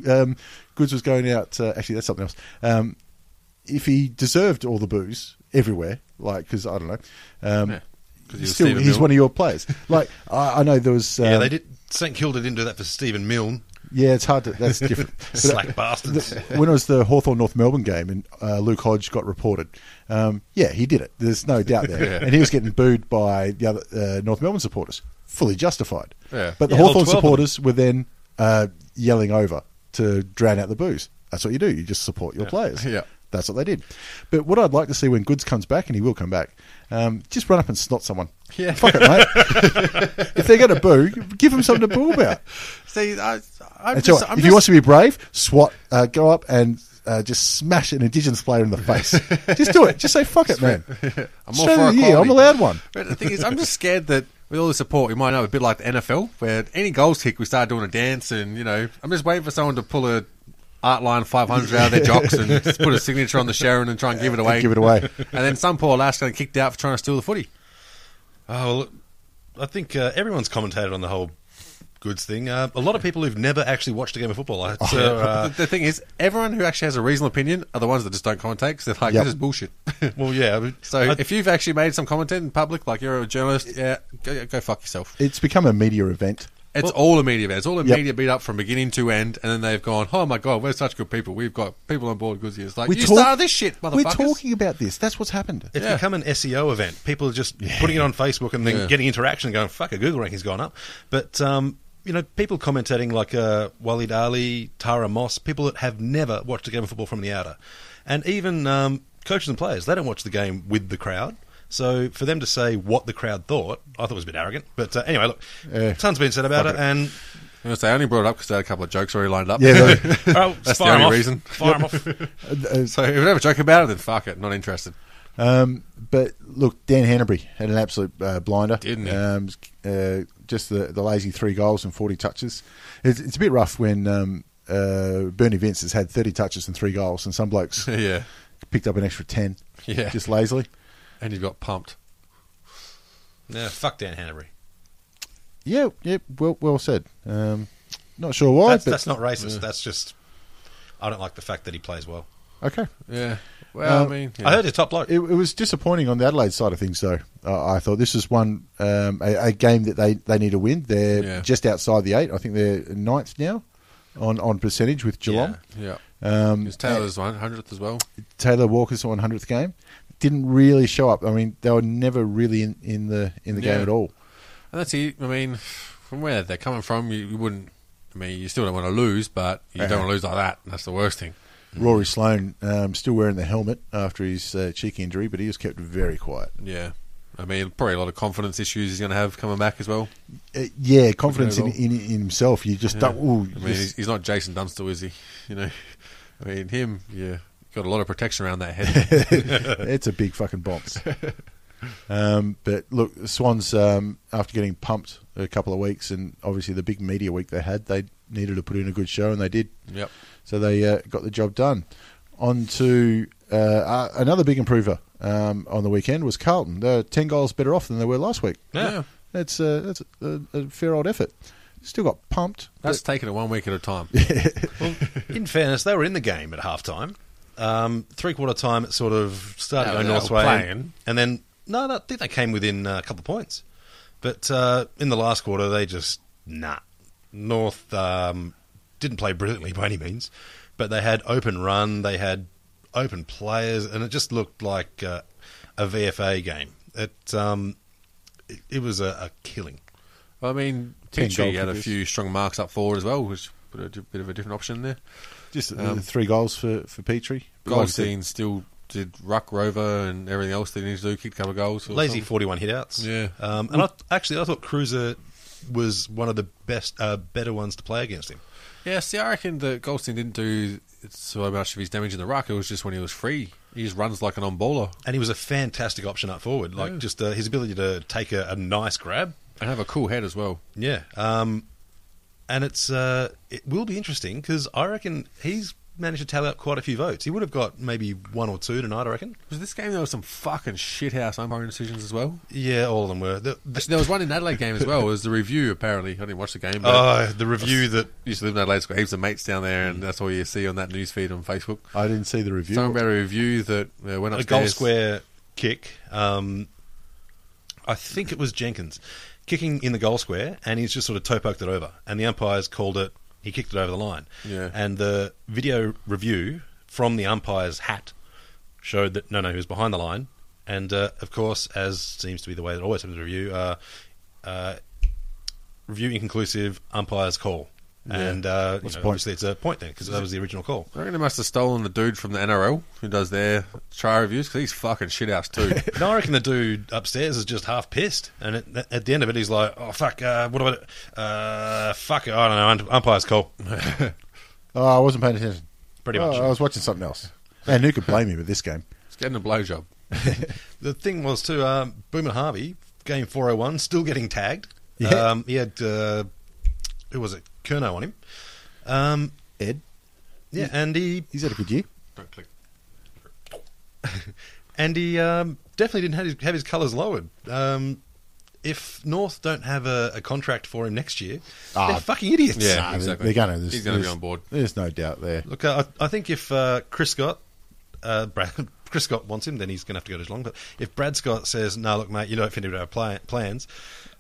C: um, Goods was going out, uh, actually, that's something else. Um, if he deserved all the booze everywhere, like because I don't know, um,
D: Yeah. 'Cause he was
C: still
D: Stephen
C: he's
D: Milne.
C: one of your players. Like I, I know there
D: [LAUGHS]
C: was, um,
E: yeah, they did. St Kilda didn't do that for Stephen Milne.
C: Yeah, it's hard to. That's
D: [LAUGHS]
C: different. [LAUGHS] But,
E: Slack
C: uh, [LAUGHS]
E: bastards.
C: the- when it was the Hawthorn North Melbourne game and uh, Luke Hodge got reported, um, yeah, he did it. There's no doubt
D: [LAUGHS]
C: there. And he was getting booed by the other uh, North Melbourne supporters, fully justified.
D: Yeah.
C: But the
E: Yeah, all
C: Hawthorn
E: 12 of them.
C: supporters were then uh, yelling over to drown out the booze. That's what you do. You just support your players.
D: [LAUGHS] Yeah.
C: That's what they did. But what I'd like to see when Goods comes back, and he will come back, um, just run up and snot someone.
D: Yeah.
C: Fuck it, mate.
D: [LAUGHS]
C: if they're going to boo, give them something to boo about.
D: See, I, I'm
C: That's
D: just,
C: all right.
D: I'm
C: if
D: just,
C: you want to be brave, SWAT, uh, go up and uh, just smash an Indigenous player in the
D: [LAUGHS]
C: face. just do it. Just say fuck it, man.
D: I'm all
C: Australia
D: for
C: of the year. I'm
D: equality.
C: allowed one.
D: [LAUGHS] But the thing is, I'm just scared that with all the support, we might have a bit like the NFL, where any goals kick, we start doing a dance, and you know, I'm just waiting for someone to pull a Artline 500 out of their jocks and
C: [LAUGHS]
D: just put a signature on the Sharon and try and give it away.
C: give it away.
D: [LAUGHS] and then some poor lass going to kicked out for trying to steal the footy.
E: Oh, well, I think uh, everyone's commentated on the whole goods thing. Uh, a lot of people who've never actually watched a game of football.
D: Oh,
E: I, so, uh,
D: the, the thing is, everyone who actually has a reasonable opinion are the ones that just don't commentate because they're like,
C: Yep.
D: this is bullshit. [LAUGHS]
E: well, yeah. I mean,
D: so
E: I-
D: if you've actually made some content in public, like you're a journalist, yeah, go, go fuck yourself.
C: It's become a media event.
D: It's all a media event. It's all a
C: Yep.
D: media beat up from beginning to end, and then they've gone, "Oh my god, we're such good people. We've got people on board." Goodsy it's like you
C: talk-
D: started this shit, motherfuckers.
C: We're talking about this. That's what's happened.
E: it's
D: yeah.
E: become an SEO event. People are just putting it on Facebook and then
D: Yeah.
E: getting interaction and going, fuck, a Google ranking's gone up. But, um, you know, people commentating like uh, Walid Ali, Tara Moss, people that have never watched a game of football from the outer. And even um, coaches and players, they don't watch the game with the crowd. So for them to say what the crowd thought, I thought was a bit arrogant. But uh, anyway, look,
C: Yeah.
E: tons been said about
C: Fuck
D: [LAUGHS]
E: it, and
D: You know, so I only brought it up because they had a couple of jokes already lined up.
C: Yeah, they-
E: all right,
D: That's the
E: oh, fire 'em
D: only
E: off.
D: reason.
E: Fire 'em off.
C: Uh,
D: [LAUGHS] so if you have a joke about it, then fuck it. Not interested. [LAUGHS]
C: Um, but look, Dan Hanbury had an absolute uh, blinder,
D: Didn't he?
C: Um, uh, just the, the lazy three goals and forty touches. It's, it's a bit rough when um, uh, Bernie Vince has had 30 touches and three goals, and some
D: [LAUGHS]
C: blokes
D: yeah,
C: picked up an extra 10
D: Yeah.
C: just lazily.
D: and you've got pumped.
E: No, fuck Dan Hanbury.
C: Yeah, yeah, well, well said. Um, not sure why,
E: That's,
C: but
E: that's not racist. That's just I don't like the fact that he plays well.
C: okay.
D: Yeah. Well,
C: Uh,
D: I mean,
E: I heard he's a top bloke.
C: It, it was disappointing on the Adelaide side of things, though. I I thought this is one um, a, a game that they, they need to win. They're
D: Yeah.
C: just outside the eight. I think they're ninth now on, on percentage with Geelong.
D: yeah.
C: Um,
D: Is Taylor's one hundredth as well?
C: Taylor Walker's 100th game didn't really show up. I mean, they were never really in, in the in the game
D: Yeah.
C: at all.
D: And that's it. I mean, from where they're coming from, you, you wouldn't. I mean, you still don't want to lose, but you
C: Uh-huh.
D: don't want to lose like that. That's the worst thing.
C: Rory Sloan um, still wearing the helmet after his uh, cheek injury, but he was kept very quiet.
D: Yeah. I mean, probably a lot of confidence issues he's going to have coming back as well.
C: Uh, yeah, confidence in,
D: Not at all.
C: in, in himself. You just don't. Ooh,
D: I mean, he's,
C: just-
D: he's not Jason Dunstall, is he? [LAUGHS] You know, I mean, him, yeah, got a lot of protection around that head.
C: it's a big fucking [LAUGHS] bounce. um, but look, the Swans um, after getting pumped a couple of weeks, and obviously the big media week they had, they needed to put in a good show, and they did.
D: yep.
C: So they uh, got the job done. On to uh, uh, another big improver um, on the weekend was Carlton. They're 10 goals better off than they were last week.
D: Yeah.
C: That's, uh, that's a, a fair old effort. Still got pumped.
D: That's taking it one week at a time.
E: Well, in fairness, they were in the game at halftime. Um, three quarter time, it sort of started
D: Yeah,
E: going
D: they
E: North
D: were
E: way,
D: playing.
E: and then no, no, I think they came within uh, a couple of points. But uh, in the last quarter, they just nah. North um, didn't play brilliantly by any means, but they had open run, they had open players, and it just looked like uh, a VFA game. It um, it, it was a, a killing.
D: I mean,
C: Ten
D: Petrie had a
C: goalkeepers.
D: few strong marks up forward as well, which put a bit of a different option there.
C: Just uh, three goals for, for Petrie. But like I said,
D: Goldstein still did ruck rover and everything else that he needs to do, kicked a couple of goals. or
E: lazy
D: something.
E: 41 hitouts.
D: Yeah.
E: Um, and I, actually, I thought Cruiser was one of the best, uh, better ones to play against him.
D: Yeah, see, I reckon that Goldstein didn't do so much of his damage in the ruck. It was just when he was free. He just runs like an on baller
E: And he was a fantastic option up forward. Like, just uh, his ability to take a, a nice grab.
D: and have a cool head as well.
E: Yeah. Um, and it's uh, it will be interesting because I reckon he's managed to tally up quite a few votes. He would have got maybe one or two tonight, I reckon.
D: Was this game there was some fucking shithouse umpiring decisions as well?
E: Yeah, all of them were. The, the,
D: Actually, there was one in Adelaide game as well. It was the review apparently. I didn't watch the game, but
E: uh, the review that
D: I used to live in Adelaide's got heaps of mates down there, and that's all you see on that news feed on Facebook.
C: I didn't see the review.
D: Something about a review that uh, went
E: a
D: upstairs.
E: goal square kick. Um, I think it was Jenkins kicking in the goal square, and he's just sort of toe poked it over, and the umpires called it. He kicked it over the line,
D: Yeah.
E: and the video review from the umpire's hat showed that no, no, he was behind the line, and uh, of course, as seems to be the way that always happens with review, uh, uh, review inconclusive, umpires call. And uh, you
C: What's
E: know,
C: the point?
E: obviously, it's a point there because that was the original call.
D: I reckon they must have stolen the dude from the NRL who does their try reviews because he's fucking shithouse
C: [LAUGHS]
D: too.
E: No, I reckon the dude upstairs is just half pissed, and at, at the end of it, he's like, "Oh fuck, uh, what about it? Uh, fuck, I don't know. ump- Umpire's call,
C: Oh, I wasn't paying attention.
E: [LAUGHS] pretty
C: Oh,
E: much."
C: I was watching something else. And who could blame me with this game?
D: He's getting a blowjob.
E: the thing was too, um, Boomer Harvey, game four hundred one, still getting tagged.
C: Yeah.
E: Um, he had uh, who was it? Kerno on him. Um,
C: Ed,
E: yeah, and he
C: he's had a good year.
D: Don't click.
E: and he um, definitely didn't have his, have his colours lowered. Um, if North don't have a, a contract for him next year,
C: Ah,
E: they're fucking idiots.
D: Yeah,
C: Nah, they-
D: exactly.
C: They're going to.
D: He's going to be on board.
C: There's no doubt there.
E: Look, uh, I, I think if uh, Chris Scott, uh, Brad, [LAUGHS] Chris Scott wants him, then he's going to have to go to Geelong. But if Brad Scott says, "No, look, mate, you don't fit into our pla- plans,"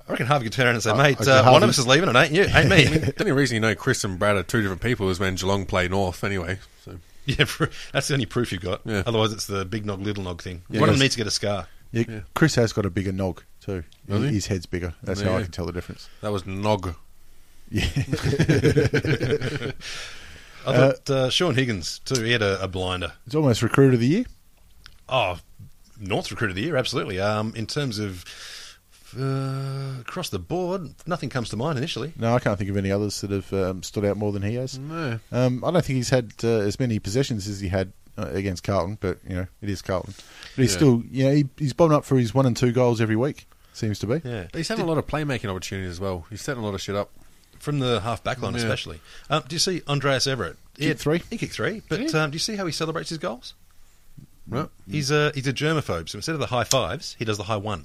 E: I reckon Harvey could turn around and say,
C: I-
E: "Mate,
C: okay,
E: uh, one
C: Harvey-
E: of us is leaving, and ain't you, ain't me."
D: The only reason you know Chris and Brad are two different people is when Geelong play North anyway. So
E: yeah, pr- that's the only proof you've got.
D: Yeah.
E: Otherwise, it's the big nog, little nog thing.
C: Yeah,
E: one of them
C: yes.
E: needs to get a scar.
C: Yeah, Chris has got a bigger nog too.
D: Does he?
C: His head's bigger. That's
D: There
C: how
D: you
C: I
D: go.
C: can tell the difference.
D: that was Nog.
C: Yeah,
E: I thought uh, Sean Higgins too. He had a, a blinder.
C: it's almost recruit of the year.
E: Oh, North recruit of the year, absolutely. Um, in terms of uh, across the board, nothing comes to mind initially.
C: No, I can't think of any others that have um, stood out more than he has.
D: No.
C: Um, I don't think he's had uh, as many possessions as he had uh, against Carlton, but you know it is Carlton. But he's
D: Yeah.
C: still, you know, he, he's bombed up for his one and two goals every week. Seems to be.
E: Yeah,
D: But he's having a lot of playmaking opportunities as well. He's setting a lot of shit up.
E: from the half back line,
D: Yeah.
E: especially. Um, do you see Andreas Everett? He
C: Kicked
E: had-
C: three.
E: He kicked three. But
D: Did he?
E: um, do you see how he celebrates his goals?
D: Well,
C: Mm.
E: He's a he's a germaphobe. So instead of the high fives, he does the high one.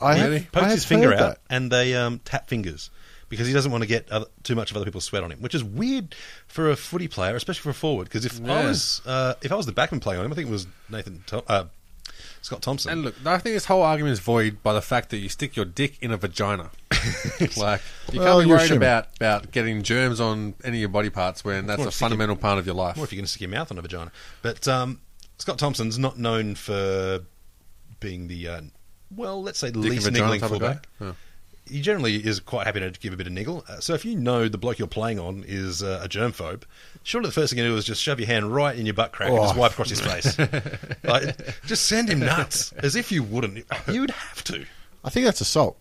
C: I
D: Really?
C: have, I
E: Pokes
C: have
E: his finger
C: heard
E: out
C: that.
E: and they um, tap fingers because he doesn't want to get other, too much of other people's sweat on him, which is weird for a footy player, especially for a forward. Because if I
D: Yeah.
E: was uh, if I was the backman playing on him, I think it was Nathan Thom- uh, Scott Thompson.
D: and look, I think this whole argument is void by the fact that you stick your dick in a
E: [LAUGHS]
D: vagina. like you
C: Well,
D: can't be
C: you're
D: worried
C: assuming.
D: about, about getting germs on any of your body parts when that's
E: more
D: a
E: if you get-
D: fundamental part of your life.
E: Or if you're going to stick your mouth on a vagina. But um, Scott Thompson's not known for being the, uh, well, let's say the
D: Dick and
E: least
D: vagina
E: niggling
D: type of
E: fullback.
D: guy? Yeah.
E: He generally is quite happy to give a bit of niggle. Uh, so if you know the bloke you're playing on is uh, a germphobe, surely the first thing you do is just shove your hand right in your butt crack and just
C: Oh.
E: wipe across
D: [LAUGHS]
E: his face. like, just send him nuts, as if you wouldn't. You would have to.
C: I think that's assault,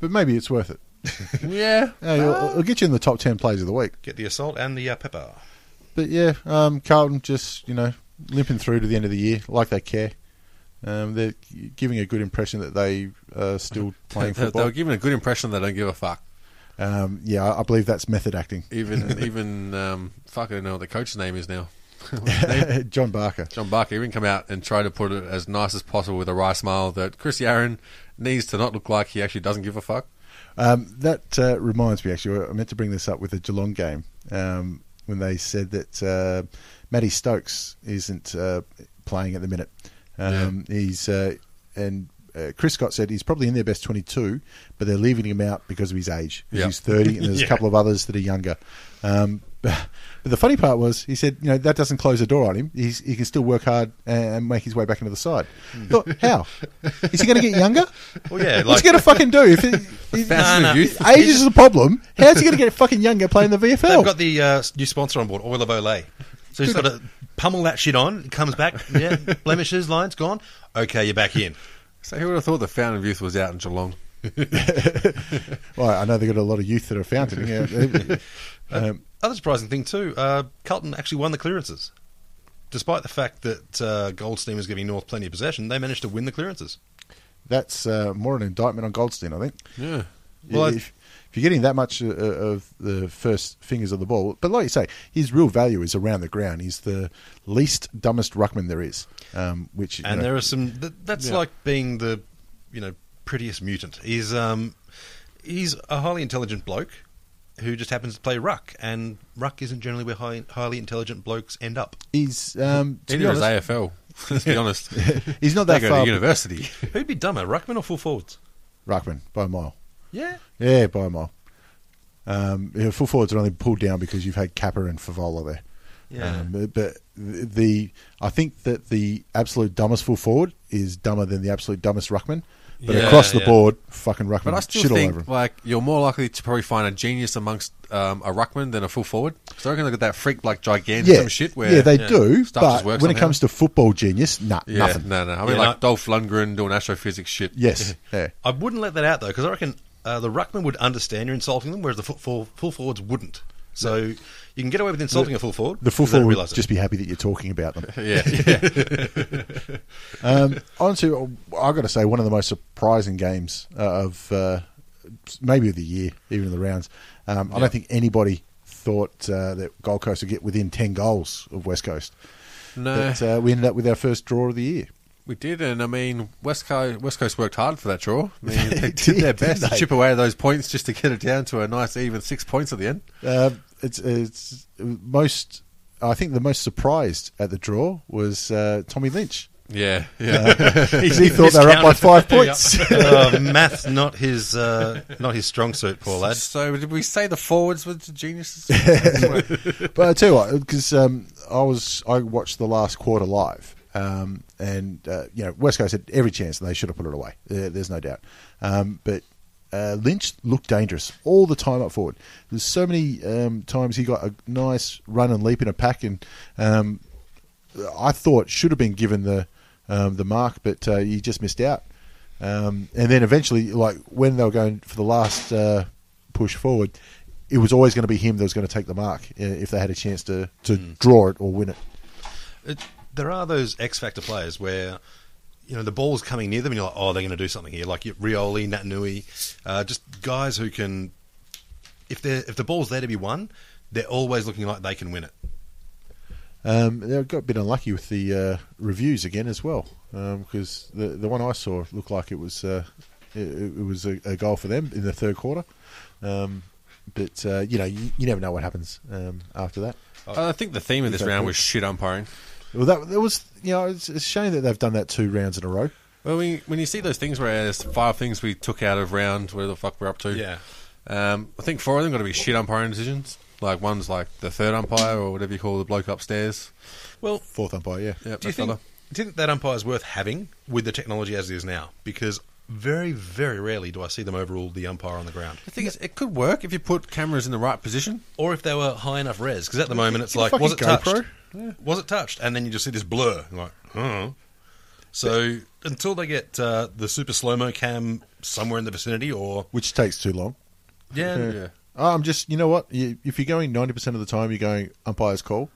C: but maybe it's worth it.
E: [LAUGHS]
D: yeah.
C: Yeah, it'll, it'll get you in the top ten plays of the week.
E: Get the assault and the uh, pepper.
C: But yeah, um, Carlton just you know limping through to the end of the year like they care. Um, they're giving a good impression that they are still playing
D: They, they
C: football.
D: were given a good impression they don't give a fuck.
C: Um, yeah, I- I believe that's method acting.
E: [LAUGHS]
D: Even even um, fuck, I don't know what the coach's name is now.
C: [LAUGHS] John Barker.
D: John Barker even come out and try to put it as nice as possible with a wry smile that Chris Aaron needs to not look like he actually doesn't give a fuck.
C: Um, that uh, reminds me, actually, I meant to bring this up with the Geelong game um, when they said that uh, Matty Stokes isn't uh, playing at the minute. Um, He's uh, and uh, Chris Scott said he's probably in their best twenty-two, but they're leaving him out because of his age.
D: Yeah.
C: He's thirty, and there's
E: Yeah.
C: a couple of others that are younger. Um, but the funny part was, he said, you know, that doesn't close the door on him. He's, he can still work hard and, and make his way back into the side. Look, how is he going to get younger?
E: Well, yeah,
C: What's
E: like-
C: he going to fucking do [LAUGHS] if it, if-
D: Fountain of youth.
C: Age is the problem. How's he going to get fucking younger playing the
E: [LAUGHS] They've
C: VFL?
E: got the uh, new sponsor on board, Oil of Olay. So he's got to pummel that shit on. It comes back, [LAUGHS] yeah, blemishes, lines gone. Okay, you're back in.
D: So who would have thought the Fountain of Youth was out in Geelong?
C: well, I know they've got a lot of youth that are fountain. [LAUGHS] Yeah. um,
E: Other surprising thing too, uh, Carlton actually won the clearances, despite the fact that uh, Goldstein was giving North plenty of possession. They managed to win the clearances.
C: that's uh, more an indictment on Goldstein, I think.
D: Yeah.
E: Well, I-
C: if, if you're getting that much uh, of the first fingers of the ball, but like you say, his real value is around the ground. He's the least dumbest ruckman there is. Um, which you
E: And
C: know,
E: there are some. Th- that's
D: Yeah.
E: like being the, you know, prettiest mutant. He's um, he's a highly intelligent bloke who just happens to play ruck, and ruck isn't generally where high, highly intelligent blokes end up.
C: he's um, to be
D: Either is
E: eh?
C: honest,
D: AFL.
C: [LAUGHS]
D: Let's be honest.
C: he's not
D: they
C: that
D: go to
C: far [LAUGHS]
D: university.
E: Who'd be dumber, ruckman or full forwards?
C: ruckman by a mile.
E: Yeah.
C: Yeah, by a mile. Um, yeah, full forwards are only pulled down because you've had Kappa and Favola there.
E: Yeah.
C: Um, but- but the I think that the absolute dumbest full forward is dumber than the absolute dumbest ruckman. But
E: Yeah,
C: across the
E: yeah.
C: board, fucking ruckman
D: But I still
C: shit all over
D: think
C: him.
D: like you're more likely to probably find a genius amongst um, a ruckman than a full forward. So I reckon look at that freak like gigantism
C: yeah,
D: shit where
C: yeah, they do.
D: stuff
C: But
D: just
C: when
D: works
C: it
D: somehow.
C: comes to football genius, nah,
D: yeah,
C: nothing.
D: No, no. I mean
E: Yeah,
D: like
E: no.
D: Dolph Lundgren doing astrophysics shit.
C: Yes, yeah.
E: I wouldn't let that out though, because I reckon uh, the ruckman would understand you're insulting them, whereas the full, full, full forwards wouldn't. So you can get away with insulting a full forward.
C: The full
E: because they don't
C: forward would
E: realise it. [LAUGHS]
C: just be happy that you're talking about
D: [LAUGHS]
C: them.
D: [LAUGHS] Yeah. yeah.
C: Um, honestly, I've got to say, one of the most surprising games uh, of uh, maybe of the year, even of the rounds. Um, I don't think anybody thought uh, that Gold Coast would get within 10 goals of West Coast.
D: No.
C: But uh, we ended up with our first draw of the year.
D: We did, and I mean, West Coast, West Coast worked hard for that draw. I mean, they, did,
C: did,
D: their
C: didn't
D: best to
C: they?
D: chip away at those points just to get it down to a nice even six points at the end.
C: Uh, it's, it's most, I think the most surprised at the draw was uh, Tommy Lynch.
D: Yeah, [LAUGHS] yeah.
C: he thought they were up by
E: [LAUGHS]
C: five points.
E: uh, math not his uh, not his strong suit, poor lad.
D: so did we say the forwards were the geniuses?
C: [LAUGHS] but I tell you what, because um, I was I watched the last quarter live, um, and uh, you know West Coast had every chance and they should have put it away. There, there's no doubt. Um, but uh, Lynch looked dangerous all the time up forward. There's so many um, times he got a nice run and leap in a pack, and um, I thought should have been given the um, the mark, but uh, he just missed out. Um, and then eventually, like when they were going for the last uh, push forward, it was always going to be him that was going to take the mark uh, if they had a chance to, to draw it or win it.
E: It, there are those X factor players where you know the ball's coming near them, and you're like, oh, they're going to do something here. Like you- Rioli, Nat Nui, uh, just guys who can if they if the ball's there to be won, they're always looking like they can win it.
C: Um, they got a bit unlucky with the uh, reviews again as well, because the the one I saw looked like it was uh, it, it was a, a goal for them in the third quarter. Um, but uh, you know, you, you never know what happens um, after that.
D: I think the theme of this
C: Exactly.
D: round was shit umpiring.
C: Well, that, that was you know, it's, it's a shame that they've done that two rounds in a row.
D: Well, when you, when you see those things where there's five things we took out of round, where the fuck we're up to,
E: Yeah.
D: Um, I think four of them got to be shit umpiring decisions. Like one's like the third umpire or whatever you call the bloke upstairs.
E: Well,
C: Fourth umpire, yeah.
D: Yep,
E: do
D: that
E: you
D: fella.
E: think, do you think that umpire's worth having with the technology as it is now? Because very, very rarely do I see them overrule the umpire on the ground.
D: The thing is, it could work if you put cameras in the right position.
E: Or if they were high enough res, because at the moment it's
C: Get a
E: like, was it
C: fucking
E: touched?
C: GoPro.
E: Was it touched? And then you just see this blur. You're like, huh. So until they get uh, the super slow mo cam somewhere in the vicinity, or
C: Which takes too long.
D: [LAUGHS]
C: Ah,
E: yeah,
D: Yeah.
C: I'm just, you know what? You, if you're going 90% of the time, you're going umpire's call.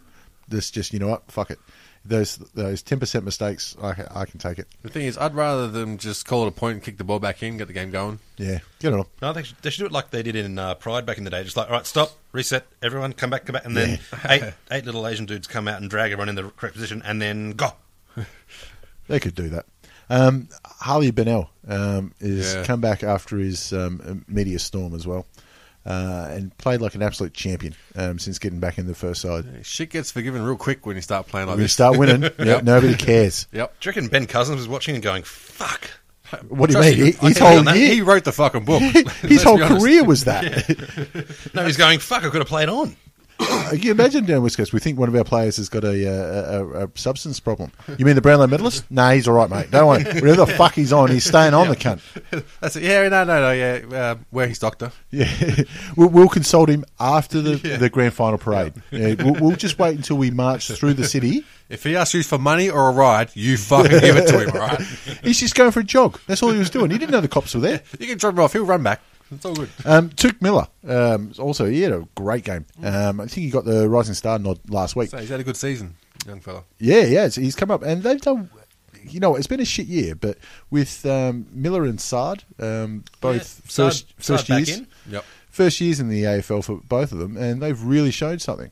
C: This just, you know what? Fuck it. Those those 10% mistakes, I, ca- I can take it.
D: The thing is, I'd rather them just call it a point and kick the ball back in, get the game going.
C: Yeah, get it on.
E: No, they should, they should do it like they did in uh, Pride back in the day. Just like, all right, stop, reset, everyone, come back, come back, and then eight eight little Asian dudes come out and drag everyone in the correct position, and then go.
C: They could do that. Um, Harley Bennell um, has
D: Yeah.
C: come back after his um, media storm as well uh, and played like an absolute champion um, since getting back in the first side.
D: Shit gets forgiven real quick when you start playing like
C: When you
D: this.
C: start
D: [LAUGHS]
C: winning, yeah, nobody cares.
D: yep.
E: Do you reckon Ben Cousins was watching and going, "Fuck"?
C: What do you
D: Trust
C: mean?
D: me,
C: He-
D: I
C: His
D: tell you
C: whole
D: on that, He
C: year,
D: wrote the fucking
C: [LAUGHS]
D: book.
C: his
D: [LAUGHS] Let's
C: whole
D: be honest.
C: career was that.
E: No, he's going, "Fuck, I could have played on."
C: Can Uh, you imagine down West Coast? We think one of our players has got a, uh, a, a, a substance problem. You mean the Brownlow medalist? Nah, he's all right, mate. Don't
D: [LAUGHS]
C: worry. Whatever the fuck he's on, he's staying on the cunt.
D: [LAUGHS] That's it. Yeah, no, no, no. Yeah, uh, where he's doctor.
C: Yeah, [LAUGHS] we'll, we'll consult him after the, the grand final parade. Yeah, we'll, we'll just wait until we march through the city.
D: If he asks you for money or a ride, you fucking give it to him,
C: [LAUGHS]
D: all right?
C: He's just going for a jog. That's all he was doing. He didn't know the cops were there.
D: You can drop him off. He'll run back. It's all good.
C: Um, Took Miller um, also he had a great game.
D: Mm.
C: Um, I think he got the Rising Star nod last week.
D: So he's had a good season, young fella.
C: Yeah, yeah, it's, he's come up, and they've done. You know, it's been a shit year, but with um, Miller and Sard, um, both
E: Yeah, Saad-
C: first
E: Saad
C: first
E: back
C: years,
E: in.
D: Yep.
C: first years in the AFL for both of them, and they've really showed something.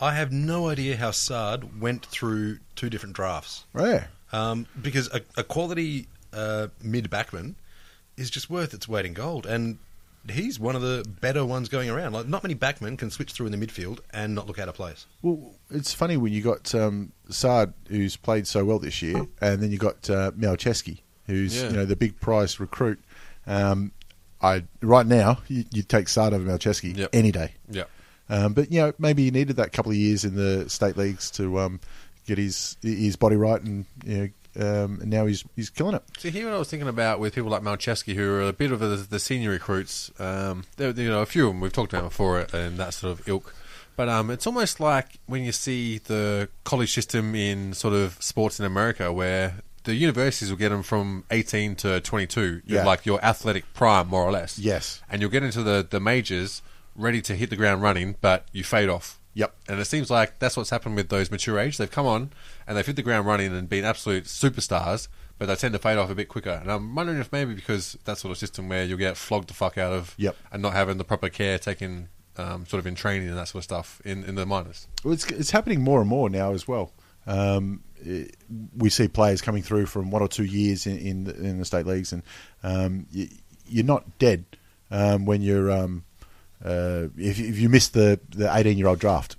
E: I have no idea how Sard went through two different drafts.
C: Yeah,
E: um, because a, a quality uh, mid backman is just worth its weight in gold, and he's one of the better ones going around. Like not many backmen can switch through in the midfield and not look out of place.
C: well, it's funny when you got um, Sard, who's played so well this year, and then you got uh, Malcheski, who's
D: Yeah.
C: you know the big prize recruit. Um, I right now you, you'd take Sard over Malcheski
D: Yep.
C: any day.
D: Yep.
C: Um, but you know, maybe he needed that couple of years in the state leagues to um, get his his body right, and you know, um, and now he's he's killing it.
D: See, here what I was thinking about with people like Malcheski, who are a bit of the, the senior recruits. Um, there, you know, a few of them we've talked about before, and that sort of ilk. But um, it's almost like when you see the college system in sort of sports in America, where the universities will get them from 18 to 22, you're
C: Yeah.
D: like your athletic prime, more or less.
C: Yes.
D: And you'll get into the, the majors ready to hit the ground running, but you fade off.
C: Yep.
D: And it seems like that's what's happened with those mature age. They've come on and they've hit the ground running and been absolute superstars, but they tend to fade off a bit quicker. And I'm wondering if maybe because that sort of system where you'll get flogged the fuck out of
C: Yep.
D: and not having the proper care taken um, sort of in training and that sort of stuff in, in the minors.
C: Well, it's it's happening more and more now as well. Um, it, we see players coming through from one or two years in in the, in the state leagues, and um, you, you're not dead um, when you're um, uh, if, you- if you miss the the 18 year old draft.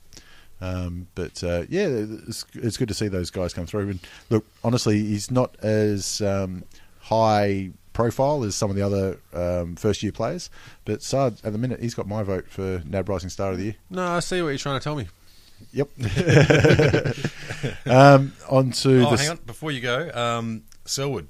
C: Um, but uh, yeah, it's, it's good to see those guys come through. And look, honestly, he's not as um, high profile as some of the other um, first year players. But Sard, at the minute, he's got my vote for NAB Rising Star of the Year.
D: No, I see what you're trying to tell me.
E: [LAUGHS]
C: Yep. [LAUGHS] um, on to
E: oh,
C: the
E: hang on, before you go, um, Selwood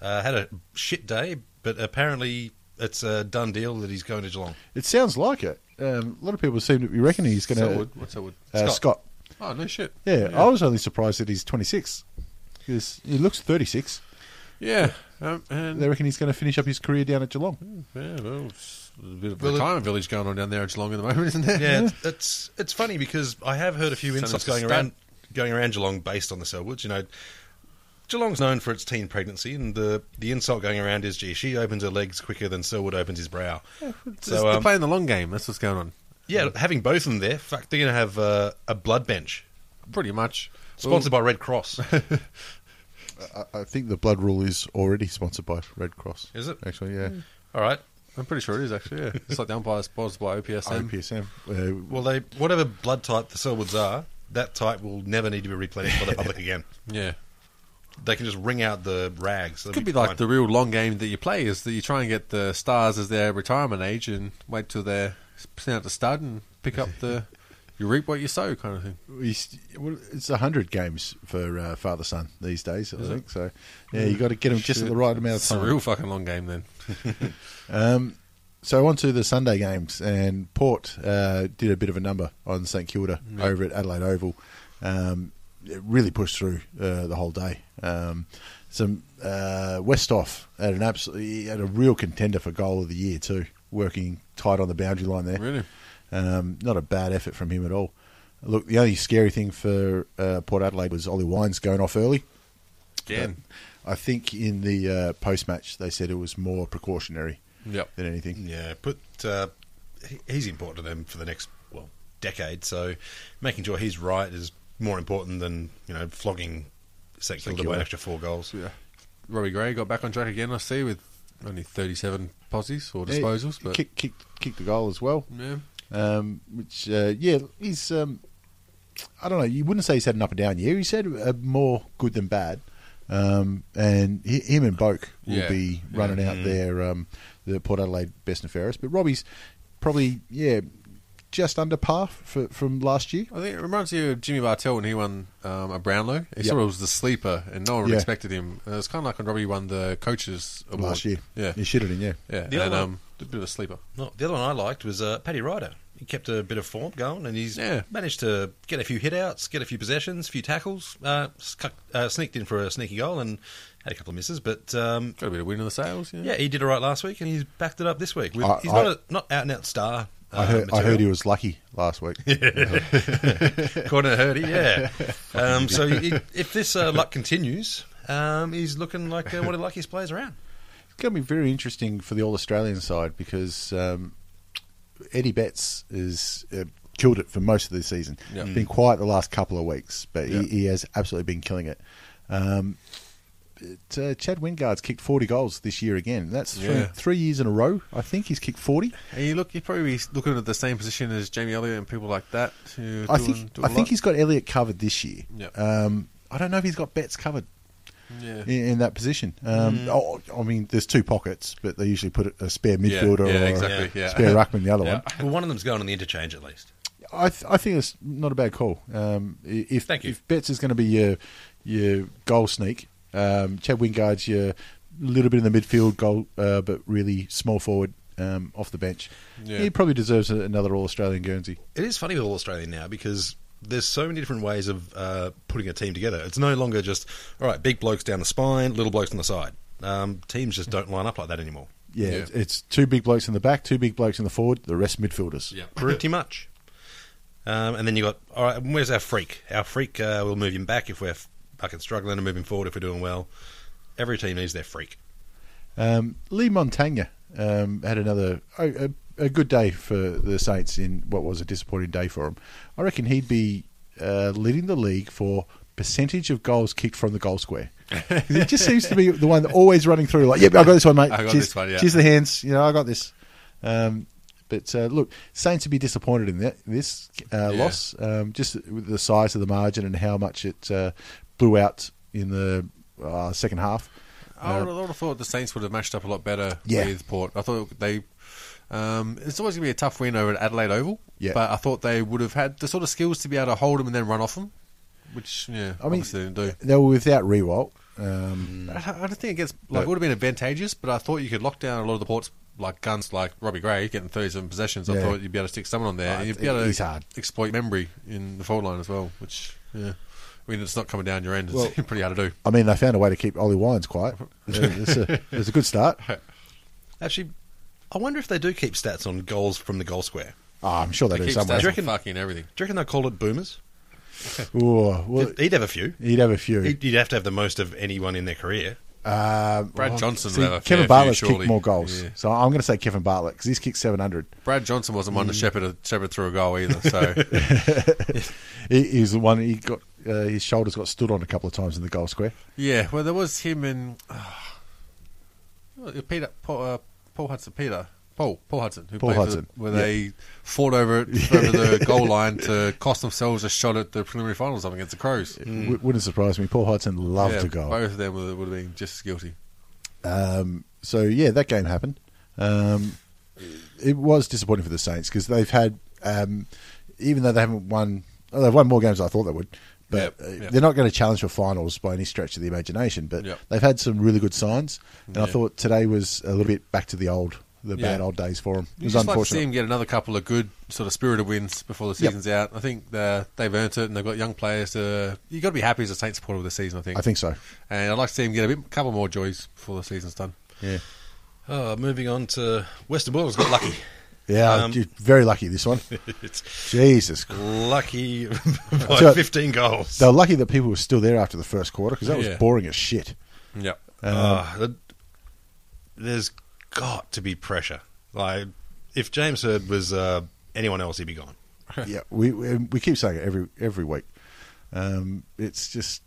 E: uh, had a shit day, but apparently it's a done deal that he's going to Geelong.
C: It sounds like it. Um, a lot of people seem to be reckoning he's going
D: Selwood?
C: to
D: What's Selwood?
C: uh, Scott.
D: Oh, no shit.
C: Yeah, I was only surprised that he's 26 because he looks 36.
D: Yeah. Um, and
C: They reckon he's going to finish up his career down at
E: Hmm.
C: Geelong.
D: Yeah, well, it's a bit of a
E: Well, it-
D: retirement village going on down there in Geelong at the moment, [LAUGHS] isn't there?
E: Yeah, it's, it's it's funny because I have heard a few
D: Send us
E: insults
D: a
E: going
D: stat.
E: around going around Geelong based on the Selwoods. You know, Geelong's known for its teen pregnancy, and the the insult going around is, "Gee, she opens her legs quicker than Selwood opens his brow."
D: [LAUGHS] It's-
E: so
D: they're
E: um,
D: playing the long game. That's what's going on.
E: yeah, having both of them there, fuck, they're going to have uh, a blood bench
D: Pretty much.
E: sponsored by
D: [LAUGHS]
E: Red Cross.
C: I, I think the blood rule is already sponsored by Red Cross.
E: Is it?
C: Actually, yeah.
E: All right.
D: I'm pretty sure it is actually. Yeah, it's like the umpire sponsored by OPSM.
C: OPSM. Uh,
E: Well, they whatever blood type the Selwoods are, that type will never need to be replenished by the
D: [LAUGHS]
E: public again.
D: Yeah,
E: They can just wring out the rags. They'll
D: could be like
E: fine.
D: the real long game that you play is that you try and get the stars as their retirement age and wait till they're sent out to stud and pick up the you reap what you sow kind of thing.
C: we st- well, it's hundred games for uh, father son these days. I think so. Yeah, you got to get them just at the right amount of
D: It's a
C: time.
D: real fucking long game then.
C: Um, so on to the Sunday games, and Port uh, did a bit of a number on St Kilda over at Adelaide Oval. Um, it really pushed through uh, the whole day. Um, some uh, Westhoff had an absolutely had a real contender for goal of the year too, working tight on the boundary line there.
D: Really?
C: um, not a bad effort from him at all. Look, the only scary thing for uh, Port Adelaide was Ollie Wines going off early.
D: Again.
C: I think in the uh, post match they said it was more precautionary
D: Yep.
C: than anything.
E: Yeah, put uh, he- he's important to them for the next well decade. So making sure he's right is more important than you know flogging St Kilda by an
C: Kilda.
E: extra four goals. Yeah,
D: Robbie Gray got back on track again. I see with only 37 posses or disposals,
C: Yeah,
D: but
C: kick, kick, kick the goal as well.
D: yeah,
C: Um, which uh, yeah, he's um, I don't know. You wouldn't say he's had an up and down year. He's had uh, more good than bad. Um, and hi him and Boke will
D: Yeah,
C: be
D: yeah. Mm.
C: running out their um, the Port Adelaide best and fairest. But Robbie's probably yeah just under par for, from last year.
D: I think it reminds you of Jimmy Bartell when he won um, a Brownlow. He
C: Yep.
D: sort of was the sleeper, and no one really
C: Yeah.
D: expected him. And it's kind of like when Robbie won the coaches award
C: Last year,
D: Yeah,
C: he shitted in yeah.
D: yeah,
E: The other
D: and
E: one-
D: um, a bit of a sleeper.
E: no, the other one I liked was uh, Paddy Ryder. He kept a bit of form going, and he's
D: Yeah.
E: managed to get a few hitouts, get a few possessions, a few tackles, uh, scuck- uh, sneaked in for a sneaky goal, and had a couple of misses. But um,
D: Got a bit of wind in the sails. Yeah,
E: yeah, he did all right last week, and he's backed it up this week. With,
C: I-
E: he's
C: I-
E: not a, not out and out star. Uh,
C: I heard, I
E: material.
C: heard he was lucky last
D: [LAUGHS]
C: week.
E: Corner Hurdy, [LAUGHS] yeah. um, so i if this uh, luck continues, um, he's looking like uh, one of the luckiest players around.
C: It's going to be very interesting for the All Australian side because um, Eddie Betts has uh, killed it for most of the season.
D: Yeah. Mm.
C: Been quiet the last couple of weeks, but
D: Yeah.
C: he, he has absolutely been killing it. Um, but, uh, Chad Wingard's kicked 40 goals this year again. That's three,
D: Yeah.
C: three years in a row, I think. He's kicked 40.
D: And you look, you're probably looking at the same position as Jamie Elliott and people like that. Who
C: I
D: doing-
C: think
D: do
C: I
D: a
C: think
D: lot.
C: he's got Elliot covered this year.
D: Yeah.
C: Um, I don't know if he's got Betts covered.
D: yeah. Mm.
C: in, in that position. Um, oh, I mean, there's two pockets, but they usually put a spare midfielder
D: yeah,
C: or
D: exactly,
C: a
D: yeah.
C: spare ruckman. The other one,
E: Well, one of them's going on the interchange at least.
C: I, th- I think it's not a bad call. Um, i- if
E: Thank you.
C: if Betts is going to be your your goal sneak, um, Chad Wingard's your little bit in the midfield goal, uh, but really small forward um, off the bench.
D: Yeah.
C: He probably deserves a- another All Australian Guernsey.
E: It is funny with All Australian now because there's so many different ways of uh, putting a team together. It's no longer just, all right, big blokes down the spine, little blokes on the side. Um, teams just don't line up like that anymore.
C: Yeah,
D: Yeah.
C: it's- it's two big blokes in the back, two big blokes in the forward, the rest midfielders.
D: Yeah.
E: Pretty much. Um, and then you got, all right, and where's our freak? Our freak, uh, we'll move him back if we're fucking struggling and move him forward if we're doing well. Every team needs their freak.
C: Um, Lee Montagna um, had another a, a, a good day for the Saints in what was a disappointing day for him. I reckon he'd be uh, leading the league for percentage of goals kicked from the goal square. 'Cause he just seems to be the one that always running through like, "Yep, I got this one, mate.
D: [LAUGHS] I got
C: Cheers-
D: this one, yeah."
C: cheers to the hands. You know, I got this." Um, but uh, look, Saints would be disappointed in that this uh,
D: Yeah.
C: loss, um, just with the size of the margin and how much it uh, blew out in the uh, second half.
D: I would, I would have thought the Saints would have matched up a lot better
C: Yeah.
D: with Port. I thought they. Um, it's always going to be a tough win over at Adelaide Oval.
C: Yeah.
D: But I thought they would have had the sort of skills to be able to hold them and then run off them, which, yeah,
C: I mean,
D: obviously they didn't do.
C: They were without Rewalt. Um,
D: I I don't think it gets like it would have been advantageous, but I thought you could lock down a lot of the ports like guns like Robbie Gray getting 37 possessions. I
C: Yeah.
D: thought you'd be able to stick someone on there.
C: Oh,
D: and you'd be
C: it-
D: able
C: he's
D: to
C: hard.
D: exploit memory in the forward line as well, which yeah, I mean it's not coming down your end. It's
C: Well-
D: [LAUGHS] pretty hard to do.
C: I mean, they found a way to keep Ollie Wines quiet. It's
D: [LAUGHS]
C: a, it's a good start.
E: Actually, I wonder if they do keep stats on goals from the goal square.
C: Ah, I'm sure they,
D: They
C: do
D: keep
C: somewhere.
D: stats
E: reckon-
D: on fucking everything.
E: Do you reckon they call it boomers?
C: Ooh, well,
E: He'd have a few.
C: he'd have a few.
E: He'd he'd have to have the most of anyone in their career.
C: Uh,
D: Brad
C: well,
D: Johnson
C: see,
D: would have a fair
C: Kevin
D: few,
C: Bartlett's
D: surely.
C: kicked more goals,
D: Yeah.
C: so I'm going to say Kevin Bartlett because he's kicked 700.
D: Brad Johnson wasn't
C: Mm.
D: one to shepherd shepherd through a goal either. So
C: [LAUGHS] He, he's the one he got uh, his shoulders got stood on a couple of times in the goal square.
D: yeah, well, there was him and ah, uh, Peter Paul, uh, Paul Hudson, Peter Paul Paul Hudson, who
C: Paul
D: played for
C: Hudson,
D: the, where
C: yeah.
D: they fought over it over
C: [LAUGHS]
D: the goal line to cost themselves a shot at the preliminary finals something against the Crows.
C: W- wouldn't surprise me. Paul Hodgson loved
D: Hmm. Yeah,
C: a goal.
D: Both of them would would have been just as guilty.
C: Um, so yeah, that game happened. Um, it was disappointing for the Saints because they've had, um, even though they haven't won, well, they've won more games than I thought they would, but
D: Yep,
C: uh,
D: yep.
C: they're not going to challenge for finals by any stretch of the imagination. But
D: Yep.
C: they've had some really good signs, and I
D: Yeah.
C: thought today was a little bit back to the old, the bad
D: Yeah.
C: old days for them. It
D: You
C: was
D: just like to see him
C: unfortunate.
D: get another couple of good sort of spirited wins before the
C: Yep.
D: season's out. I think they're- they've earned it, and they've got young players. To, you got to be happy as a Saints supporter with the season. I think.
C: I think so.
D: and I'd like to see him get a bit, couple more joys before the season's done.
C: Yeah,
E: Oh, moving on to Western Bulldogs
C: [LAUGHS]
E: got lucky.
C: yeah,
E: Um,
C: dude, very lucky this
D: [LAUGHS]
C: one.
E: it's
C: Jesus, Christ.
E: lucky [LAUGHS] by
C: So-
E: 15 goals.
C: they were lucky that people were still there after the first quarter because that was
D: Yeah.
C: boring as shit.
D: Yeah,
C: Uh,
E: Ah, that- there's got to be pressure. Like, if James Heard was uh, anyone else, he'd be gone.
C: yeah, we, we we keep saying it every every week. Um, it's just,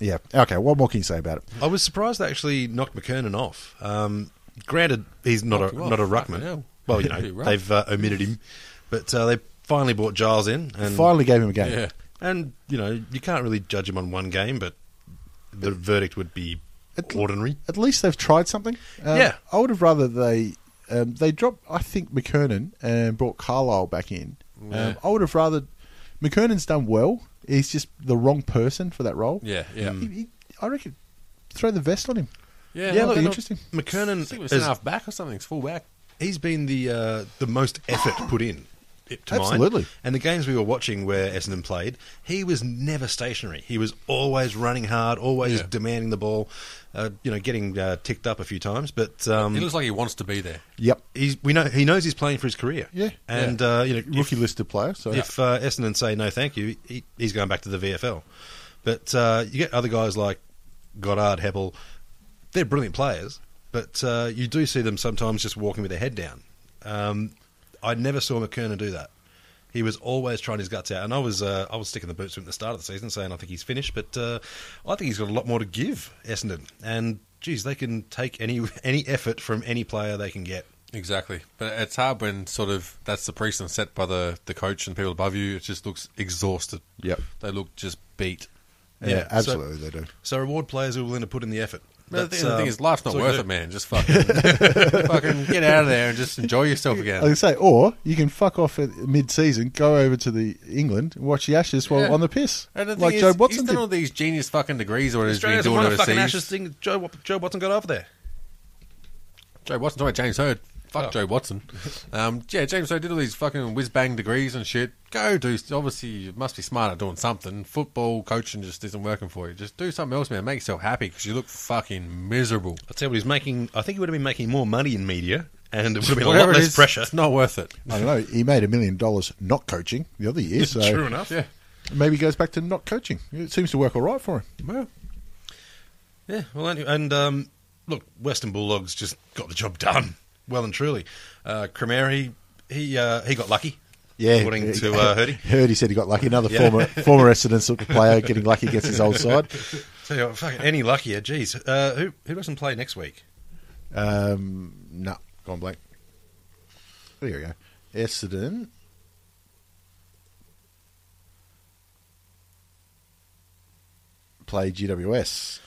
C: yeah. Okay, what more can you say about it?
E: I was surprised they actually knocked McKernan off. Um, granted, he's not
D: Knocked
E: a
D: him off.
E: not a
D: Fucking
E: ruckman.
D: hell. [LAUGHS]
E: Well, you
D: Pretty
E: know
D: rough.
E: they've uh, omitted him, but uh, they finally brought Giles in, and
C: Finally gave him a game.
D: yeah.
E: and you know you can't really judge him on one game, but the verdict would be
C: It-
E: ordinary.
C: At least they've tried something. Um,
E: Yeah.
C: I would have rather they um, they dropped. I think McKernan and brought Carlisle back in.
D: Yeah.
C: Um, I would have rather McKernan's done well. He's just the wrong person for that role.
D: Yeah, yeah.
C: He- he- I reckon throw the vest on him. yeah,
D: Yeah, look,
C: that'd be
D: they're
C: interesting.
D: I think it
E: McKernan
D: was
E: has
D: half back or something. It's full back.
E: he's been the uh, the most effort put in. To mine.
C: Absolutely.
E: And the games we were watching where Essendon played, he was never stationary. He was always running hard, always
D: Yeah.
E: demanding the ball. Uh, you know, getting uh, ticked up a few times, but
D: He
E: um,
D: looks like he wants to be there.
C: Yep.
E: he's we know he knows he's playing for his career.
C: Yeah.
E: And Uh, you know, if-
C: Rookie listed player. So
E: if uh, Essendon say no, thank you, he, he's going back to the VFL. But uh, you get other guys like Goddard, Heppel. They're brilliant players, but uh, you do see them sometimes just walking with their head down. Um, I never saw McKernan do that. He was always trying his guts out, and I was uh, I was sticking the boots to him at the start of the season, saying I think he's finished, but uh, I think he's got a lot more to give Essendon. And geez, they can take any any effort from any player they can get.
D: Exactly. But it's hard when sort of that's the precedent set by the, the coach and people above you. It just looks exhausted.
C: Yep.
D: They look just beat.
C: yeah,
E: yeah, so-
C: absolutely they do.
E: So reward players who are willing to put in the effort.
D: But the,
E: That's,
D: thing- the
E: um,
D: thing is, life's not
E: that's all you
D: worth
E: do.
D: it, man. Just fucking, [LAUGHS] fucking get out of there and just enjoy yourself
C: I
D: again.
C: was gonna say, or you can fuck off at mid-season, go over to the England, and watch the Ashes while
D: Yeah.
C: on the piss,
D: And the thing
C: like
D: is,
C: Joe Watson
D: he's done
C: did.
D: all these genius fucking degrees or he's been
E: Australia's
D: doing
E: won a fucking
D: overseas.
E: Ashes thing. that Joe, Joe Watson got over there.
D: Joe Watson, talking about James Heard. Fuck
E: Oh.
D: Joe
E: [LAUGHS]
D: Watson. Um, yeah, James Heard did all these fucking whiz bang degrees and shit. Go do. Obviously, you must be smart at doing something. Football coaching just isn't working for you. Just do something else, man. Make yourself happy because you look fucking miserable.
E: I tell you what, he's making. I think he would have been making more money in media, and it would have been a lot
D: Whatever it
E: less
D: is,
E: pressure.
D: It's not worth it.
C: I don't know. He made a million dollars not coaching the other year, so
E: True enough.
D: Yeah.
C: maybe he goes back to not coaching. It seems to work all right for him.
D: Well,
E: Yeah. Well, anyway, and um, look, Western Bulldogs just got the job done, well and truly. Uh, Cremeri, he uh, he got lucky. According to uh,
C: [LAUGHS]
E: Hurdy.
C: Hurdy said he got lucky. Another former former Essendon soccer player getting lucky against his old
D: [LAUGHS]
C: side.
E: Tell you what, fucking any luckier. Geez, uh, who who doesn't play next week?
C: Um, no, gone blank. There you Oh, go. Essendon. Play GWS.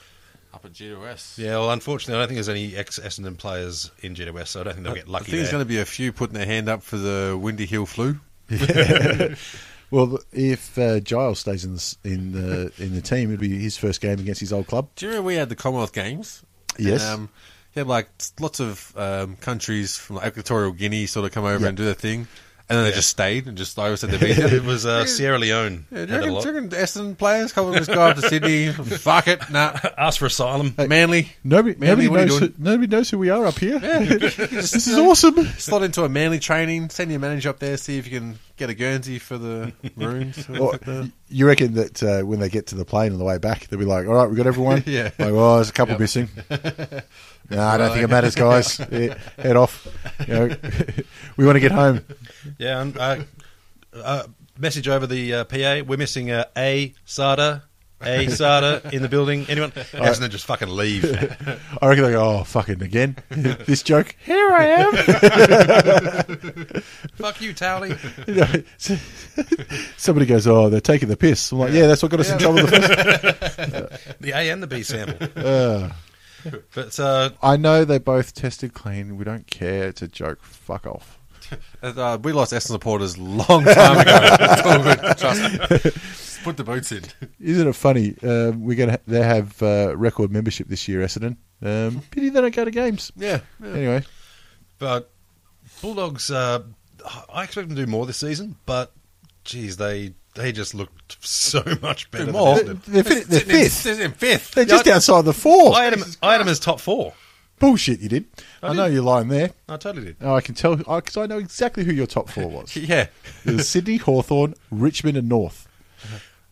D: up at GOS.
E: Yeah. Well, unfortunately, I don't think there's any ex Essendon players in GWS, so I don't think they'll get
D: I
E: lucky.
D: think there's
E: there.
D: going to be a few putting their hand up for the Windy Hill flu.
C: Well, th- if uh, Giles stays in the s- in [LAUGHS] the in the team, it'll be his first game against his old club.
D: Do you remember we had the Commonwealth Games?
C: Yes.
D: And, um, you had like lots of um, countries from like Equatorial Guinea sort of come over
C: Yeah.
D: and do their thing. and then they just stayed and just always said they
C: [LAUGHS]
D: beat them.
E: it was uh, Sierra Leone.
D: Yeah,
E: had
D: do you
E: that
D: reckon,
E: a lot.
D: do you reckon Essendon players come and just go up to Sydney? [LAUGHS] Fuck it, nah.
E: Ask for asylum.
D: Manly,
C: Nobody,
D: Manly,
C: nobody,
D: what are you
C: knows who,
D: doing?
C: nobody knows who we are up
D: [LAUGHS]
C: here.
D: this
C: This is awesome.
D: Slot into a Manly training. Send your manager up there. See if you can get a Guernsey
C: [LAUGHS]
D: for the rooms.
C: Or, y- you reckon that uh, when they get to the plane on the way back, they'll be like, "All right, we got [LAUGHS] everyone."
D: Yeah.
C: Like, well, there's a couple [LAUGHS] missing. no, I don't think it matters, guys. [LAUGHS] Yeah, Head off. You know, [LAUGHS] we want to get home.
E: Yeah, and uh, uh, message over the uh, PA. We're missing uh, a Sada, a Sada in the building. Anyone? And then just fucking leave.
C: I reckon they go, "Oh, fucking again, [LAUGHS] this joke." Here I am.
E: [LAUGHS] Fuck you, Towley.
C: [LAUGHS] You know, s- [LAUGHS] somebody goes, "Oh, they're taking the piss." I'm like, "Yeah, that's what got us in trouble." The [LAUGHS] first.
E: The A and the B sample.
D: Uh.
E: But uh,
C: I know they both tested clean. We don't care. It's a joke. Fuck off.
D: Uh, we lost Essendon supporters long time ago.
C: [LAUGHS]
D: It's all good, Trust me. Just Put the boots in.
C: Isn't it funny? Um, we're gonna ha- they have uh, record membership this year, Essendon. Um, pity they don't go to games.
D: Hmm. Yeah.
C: Anyway,
E: but Bulldogs. Uh, I expect them to do more this season, but geez, they they just looked so much better.
D: Do
E: than
D: more?
E: Essendon.
C: they're, they're, fi- they're
D: Sitting in-
C: fifth.
D: sitting in fifth.
C: They're just outside the four.
E: I had them. I had 'em as top four.
C: Bullshit, you did. I, know
E: did.
C: you're lying there.
E: I totally did.
C: Oh, I can tell because I know exactly who your top four
D: [LAUGHS]
C: was.
D: Yeah.
C: It was Sydney, Hawthorn, Richmond, and North.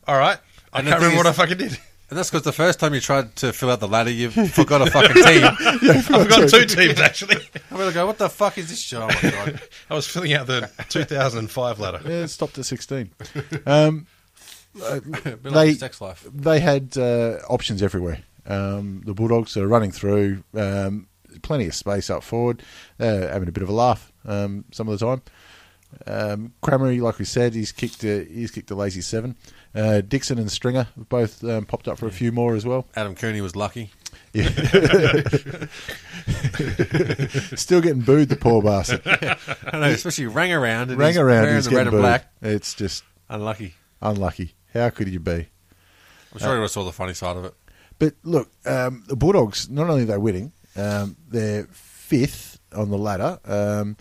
E: All right. I
D: And the
E: can't
D: thing
E: remember what I
D: is- [LAUGHS]
E: fucking did.
D: And that's because the first time you tried to fill out the ladder, you [LAUGHS] forgot
C: [LAUGHS]
D: a fucking team.
E: I forgot two teams actually.
D: I'm going to go, what the fuck is this shit? Oh, my God.
E: I was filling out the 2005 ladder.
C: Yeah, it stopped at sixteen. Um,
D: Bit like
C: they
D: his sex life.
C: they had uh, options everywhere. Um, the Bulldogs are running through, um, plenty of space up forward, uh, having a bit of a laugh um, some of the time. Um, Cramery, like we said, he's kicked a, he's kicked a lazy seven. Uh, Dixon and Stringer have both um, popped up for a few more as well.
D: Adam Cooney was lucky.
C: Still getting booed, the poor
D: [LAUGHS]
C: bastard.
D: I don't know, especially rang around. And
C: Rang
D: he's
C: around,
D: wearing
C: he's
D: the red
C: getting
D: and
C: booed.
D: black.
C: It's just
D: Unlucky.
C: unlucky. How could you be?
D: I'm sure he saw the funny side of it.
C: But look, um, the Bulldogs, not only are they winning, um, they're fifth on the ladder. Um,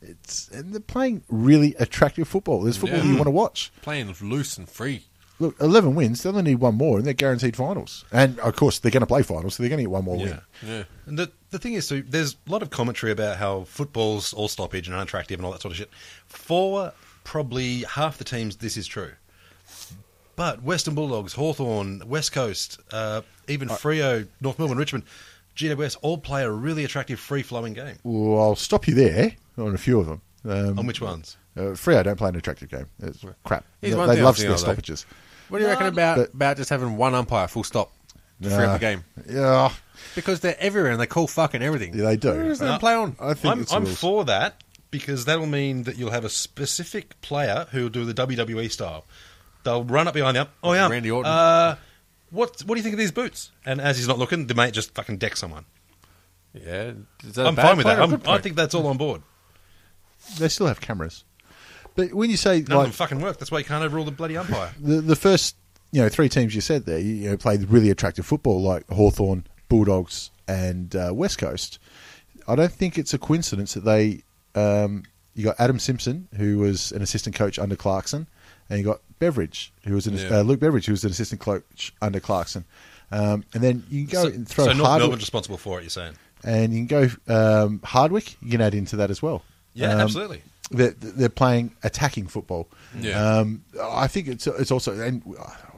C: it's, and they're playing really attractive football. There's football
D: Yeah.
C: you want to watch.
D: Playing loose and free.
C: Look, 11 wins, they only need one more, and they're guaranteed finals. And of course, they're going to play finals, so they're going to get one more win.
D: Yeah.
E: And the, the thing is, too, there's a lot of commentary about how football's all stoppage and unattractive and all that sort of shit. For probably half the teams, this is true. But Western Bulldogs, Hawthorn, West Coast, uh, even Frio, North Melbourne, Richmond, GWS all play a really attractive, free flowing game.
C: Well, I'll stop you there on a few of them. Um,
E: On which ones?
C: Uh, Freo don't play an attractive game. It's crap.
D: Here's
C: They,
D: one
C: they
D: thing I've
C: love
D: seen
C: their
D: of that.
C: stoppages.
D: What do you reckon about
C: but-
D: about just having one umpire, full stop, throughout
C: Nah.
D: the game?
C: Yeah,
D: Because they're everywhere and they call fucking everything.
C: Yeah, they do.
D: Where is
C: Uh,
D: them play on?
C: I think
E: I'm,
C: it's the
E: I'm
C: rules.
E: for that because that'll mean that you'll have a specific player who will do the WWE style. They'll run up behind you. Oh yeah,
D: Randy Orton.
E: Uh, what What do you think of these boots? And as he's not looking, the mate just fucking decks someone.
D: yeah, is that a
E: I'm
D: bad
E: fine with
D: point
E: that.
D: or a
E: I'm,
D: good
E: I
D: point?
E: think that's all on board.
C: They still have cameras. But when you say
E: None
C: like,
E: of them fucking work. That's why you can't overrule the bloody umpire.
C: the the first you know three teams you said there you, you know played really attractive football like Hawthorn, Bulldogs, and uh, West Coast. I don't think it's a coincidence that they um, you got Adam Simpson who was an assistant coach under Clarkson, and you got Beveridge who was an,
D: Yeah.
C: uh, Luke Beveridge who was an assistant coach under Clarkson, um, and then you can go
E: so,
C: and throw
E: so North
C: Hardwick,
E: Melbourne's responsible for it. You're saying?
C: and you can go um, Hardwick. You can add into that as well.
E: Yeah,
C: Um,
E: absolutely.
C: they're, they're playing attacking football.
D: Yeah.
C: Um, I think it's it's also, and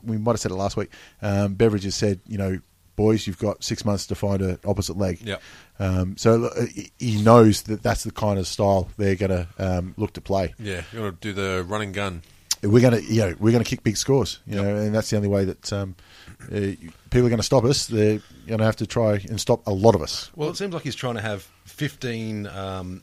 C: we might have said it last week. Um, Beveridge has said, you know, boys, you've got six months to find an opposite leg.
D: Yep.
C: Um, so uh, he- he knows that that's the kind of style they're going to um, look to play.
D: yeah, you want to do the running gun.
C: We're going to, you know, we're going to kick big scores, you know, and that's the only way that um, uh, people are going to stop us. They're going to have to try and stop a lot of us.
E: Well, it seems like he's trying to have 15
D: uh,
E: um,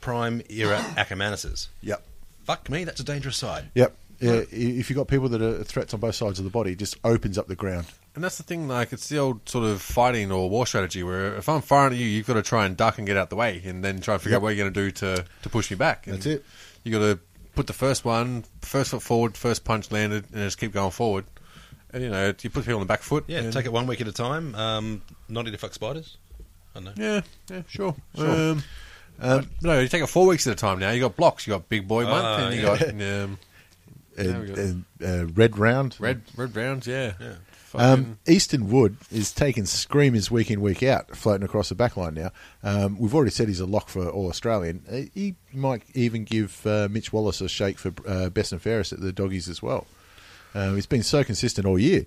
E: prime era Ackermanuses.
C: Yep.
E: Fuck me, that's a dangerous side.
C: Yep. Yeah, i- if you've got people that are threats on both sides of the body, it just opens up the ground.
D: And that's the thing, like, it's the old sort of fighting or war strategy where if I'm firing at you, you've got to try and duck and get out the way and then try and figure out what you're going to do to, to push me back. And
C: That's it.
D: you got to put the first one, first foot forward, first punch landed, and just keep going forward. And, you know, you put people on the back foot.
E: Yeah,
D: and-
E: take it one week at a time. Um, not into fuck spiders. I don't know.
D: Yeah, yeah, sure.
C: Sure.
D: Um,
C: Um,
D: No, you take it four weeks at a time now. You got blocks. You got big boy month,
E: Ah,
D: and you
C: [LAUGHS]
E: yeah.
D: got um, There we go.
C: and, and, uh, red round.
D: red red rounds. Yeah, yeah.
C: Um, Easton Wood is taking screamers week in week out, floating across the back line now. Um, we've already said he's a lock for all Australian. Uh, He might even give uh, Mitch Wallace a shake for uh, best and fairest at the doggies as well. Uh, he's been so consistent all year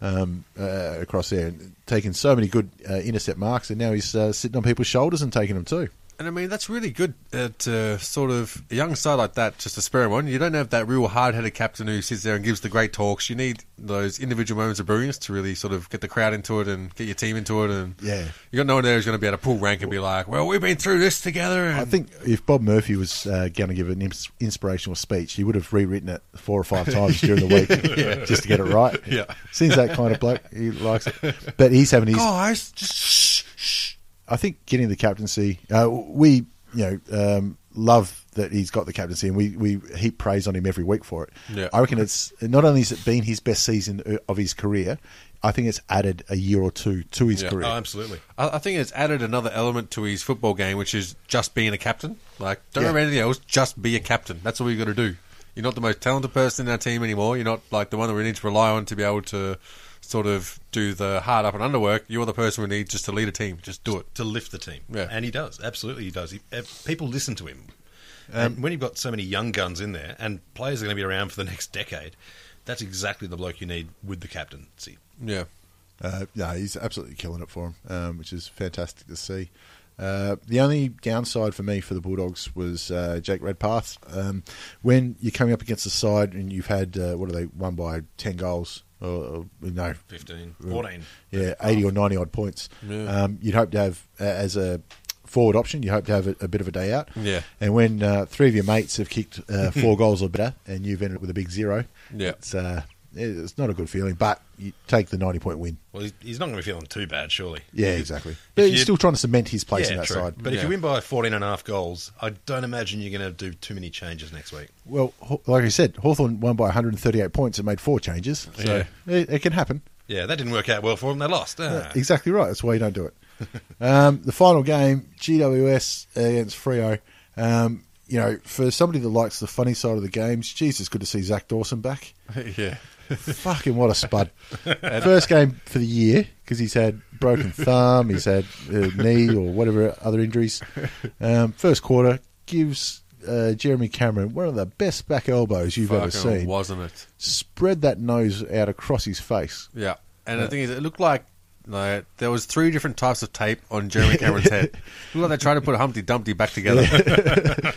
C: um, uh, across there, and taking so many good uh, intercept marks, and now he's uh, sitting on people's shoulders and taking them too.
D: And I mean, that's really good at uh, sort of a young side like that, just a spare one. You don't have that real hard headed captain who sits there and gives the great talks. You need those individual moments of brilliance to really sort of get the crowd into it and get your team into it. And
C: Yeah.
D: you got no one there who's going to be able to pull rank and be like, well, we've been through this together. And
C: I think if Bob Murphy was uh, going to give an ins- inspirational speech, he would have rewritten it four or five times during
D: [LAUGHS]
C: the week [LAUGHS] just to get it right.
D: Yeah.
C: seems that kind of bloke. He likes it, but he's having his.
D: guys, just shh, shh.
C: I think getting the captaincy, uh, we you know um, love that he's got the captaincy, and we we heap praise on him every week for it.
D: Yeah.
C: I reckon it's not only has it been his best season uh, of his career, I think it's added a year or two to his
D: Yeah.
C: career.
E: Oh, absolutely.
D: I, I think it's added another element to his football game, which is just being a captain. Like, don't
C: Yeah.
D: remember anything else. Just be a captain. That's all you got to do. You're not the most talented person in our team anymore. You're not like the one that we need to rely on to be able to sort of do the hard up and under work. You're the person we need just to lead a team. Just do it.
E: to lift the team.
D: Yeah.
E: And he does. Absolutely, he does. He, eh, people listen to him.
C: Um,
E: and when you've got so many young guns in there and players are going to be around for the next decade, that's exactly the bloke you need with the captaincy.
D: Yeah.
C: Uh, no, he's absolutely killing it for him, um, which is fantastic to see. Uh, the only downside for me for the Bulldogs was uh, Jake Redpath. Um, when you're coming up against a side and you've had, uh, what are they, won by 10 goals or, or no,
E: 15, 14.
C: yeah, 80 or 90 odd points.
D: Yeah.
C: Um, you'd hope to have, uh, as a forward option, you hope to have a, a bit of a day out.
D: Yeah.
C: And when uh, three of your mates have kicked
D: [LAUGHS]
C: uh, four goals or better and you've ended up with a big zero,
D: Yeah.
C: it's, uh, it's not a good feeling, but you take the 90 point win.
E: Well, he's- he's not going to be feeling too bad, surely.
C: Yeah, exactly. But he's
E: you-
C: still trying to cement his place in
E: yeah,
C: that
E: true.
C: side.
E: But if
D: Yeah.
E: you win by 14 and a half goals, I don't imagine you're going to do too many changes next week.
C: well, Haw- like I said, Hawthorn won by 138 points and made four changes. So it, it can happen. Uh,
E: Yeah, that didn't work out well for them. They lost. Ah.
C: Exactly right. That's why you don't do it. [LAUGHS] um, the final game, GWS against Frio. Um, you know, for somebody that likes the funny side of the games, geez, it's good to see Zach Dawson back.
D: yeah.
C: Fucking what a spud! First game for the year because he's had broken thumb, he's had uh, knee or whatever other injuries. Um, first quarter gives uh, Jeremy Cameron one of the best back elbows you've ever
D: Fucking
C: seen.
D: Wasn't it?
C: Spread that nose out across his face.
D: Yeah. And the thing is, it looked like like there was three different types of tape on Jeremy Cameron's head. It looked like they tried to put Humpty Dumpty back together. [LAUGHS]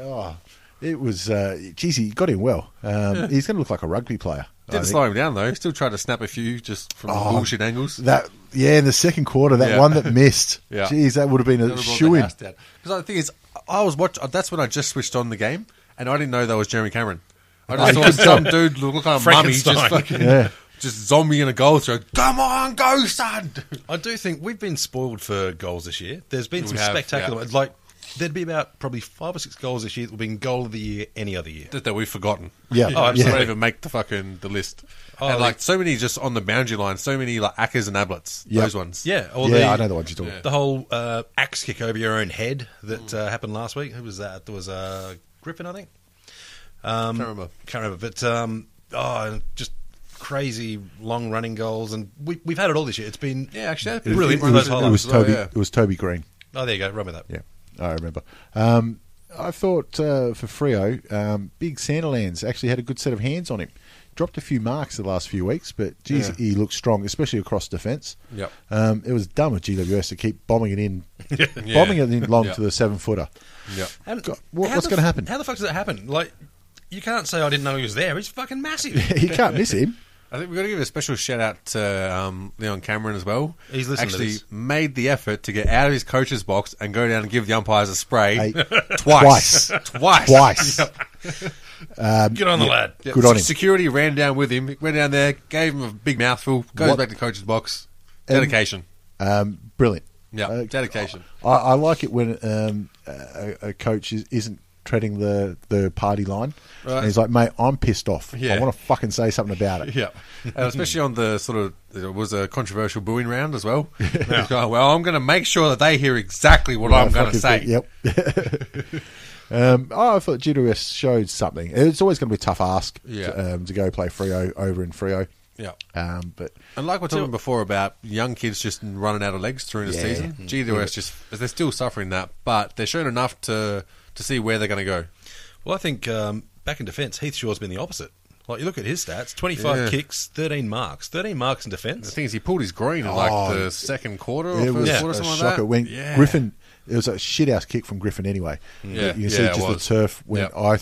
C: Oh, it was. Uh, geez, he got in well. Um, He's going to look like a rugby player. I
D: Didn't
C: think.
D: slow him down though. Still tried to snap a few just from
C: Oh,
D: bullshit angles.
C: That yeah, in the second quarter, that
D: Yeah.
C: one that missed.
D: [LAUGHS] Yeah.
C: Geez, that would have been a shoe in.
D: Because the thing is, I was watch. That's when I just switched on the game, and I didn't know that was Jeremy Cameron. I just saw some dude look like a mummy, just
E: Frankenstein.
C: [LAUGHS]
D: fucking,
C: Yeah.
D: just zombie in a goal throw. Come on, go son!
E: I do think we've been spoiled for goals this year. There's been some
D: We have,
E: spectacular
D: yeah.
E: ones. Like, there'd be about probably five or six goals this year that would have been goal of the year any other year.
D: That, that we've forgotten. [LAUGHS]
C: Yeah.
D: oh,
C: Oh,
D: I
E: absolutely.
D: don't even make the fucking the list.
E: Oh,
D: and like
E: like-
D: so many just on the boundary line. So many like Ackers and Ablets.
C: Yeah.
D: Those ones.
E: Yeah, or
C: yeah,
E: the,
C: I know the one you're talking.
D: Yeah.
C: about.
E: The whole uh, axe kick over your own head that uh, happened last week. Who was that? There was uh, Griffin, I think. Um,
D: Can't remember.
E: Can't remember. But um, oh, just crazy long running goals, and we, we've had it all this year. It's been
D: Yeah, actually, that'd
C: It
D: be
C: was-
E: really
C: it
E: one of those
C: was,
E: highlights.
C: it was
D: Oh,
C: Toby.
D: yeah.
C: It was Toby Green.
E: oh, there you go. Run with that.
C: Yeah, I remember. Um, I thought uh, for Frio, um, Big Sanderlands actually had a good set of hands on him. Dropped a few marks the last few weeks, but geez,
D: Yeah.
C: he looked strong, especially across defence.
D: Yep.
C: Um, it was dumb of GWS to keep bombing it in, bombing it in long
D: [LAUGHS] Yeah.
C: to the seven [LAUGHS] footer.
D: Yeah.
E: And
C: God, what-
E: how
C: what's
E: the
C: gonna
E: f-
C: happen?
E: How the fuck does that happen? Like, you can't say I didn't know he was there. He's fucking massive.
C: you can't miss
D: [LAUGHS]
C: him.
D: I think we've got to give a special shout out to um, Leon Cameron as well.
E: He's listening to
D: Actually,
E: this.
D: made the effort to get out of his coach's box and go down and give the umpires a spray
C: Hey,
D: [LAUGHS] twice.
C: twice.
D: Twice.
C: Twice. Um,
E: Get on the lad.
D: Yeah,
C: Good on him.
D: Security ran down with him, went down there, gave him a big mouthful, goes
C: What-
D: back to coach's box.
C: And-
D: Dedication.
C: Um, brilliant.
D: Yeah,
C: [LAUGHS] Uh,
D: dedication.
C: I, I like it when um, a, a coach is, isn't treading the, the party line.
D: Right.
C: And he's like, mate, I'm pissed off.
D: Yeah.
C: I want to fucking say something about it.
D: Yeah, and especially on the sort of it was a controversial booing round as
C: [LAUGHS]
D: well. He's going, well, I'm going to make sure that they hear exactly what I'm going to
C: fucking
D: say.
C: think- Yep. [LAUGHS] um, oh, I thought GWS showed something. It's always going to be a tough ask
D: Yeah.
C: to, um, to go play Frio over in Frio.
D: Yeah.
C: Um, but
D: And like we we're talking before about young kids just running out of legs through the
C: Yeah.
D: season, GWS just they're still suffering that, but they're shown enough to to see where they're going to go.
E: Well, I think um, back in defence, Heath Shaw's been the opposite. Like you look at his stats: twenty-five
D: Yeah.
E: kicks, thirteen marks, thirteen marks in
D: The
E: defence.
D: thing is, he pulled his groin in like
C: Oh,
D: the second quarter or
C: it
D: first
C: was
D: quarter,
C: a
D: something like
C: shocker
D: that.
C: when
D: yeah. Mm.
C: Griffin. It was a shit ass kick from Griffin anyway.
D: Yeah.
C: you can see
D: Yeah, it
C: just the
D: was.
C: turf when
D: Yep.
C: I.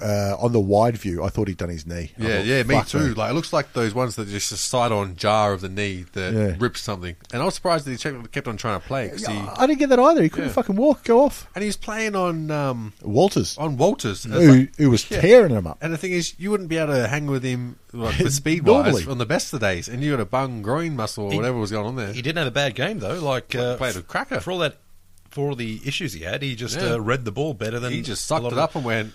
C: Uh, on the wide view, I thought he'd done his knee. I
D: Yeah,
C: thought,
D: yeah, me
C: Oh, "Fuck,
D: too.
C: man."
D: Like it looks like those ones that just a side-on jar of the knee that
C: Yeah.
D: rips something. And I was surprised that he checked- kept on trying to play 'cause he,
C: I didn't get that either. He couldn't
D: Yeah.
C: fucking walk. Go off,
D: and he's playing on um,
C: Walters,
D: on Walters. And it's
C: who,
D: like-
C: who was
D: yeah.
C: tearing him up.
D: And the thing is, you wouldn't be able to hang with him
E: [LAUGHS]
D: like, for speed wise
C: Normally.
D: on the best of days, and you had a bung groin muscle or whatever was going on there.
E: He didn't have a bad game though. Like
D: Well, he
E: uh,
D: played a cracker.
E: for all that, for all the issues he had. He just
D: Yeah.
E: uh, read the ball better than
D: He just
E: a
D: sucked
E: lot
D: it
E: of-
D: up and went,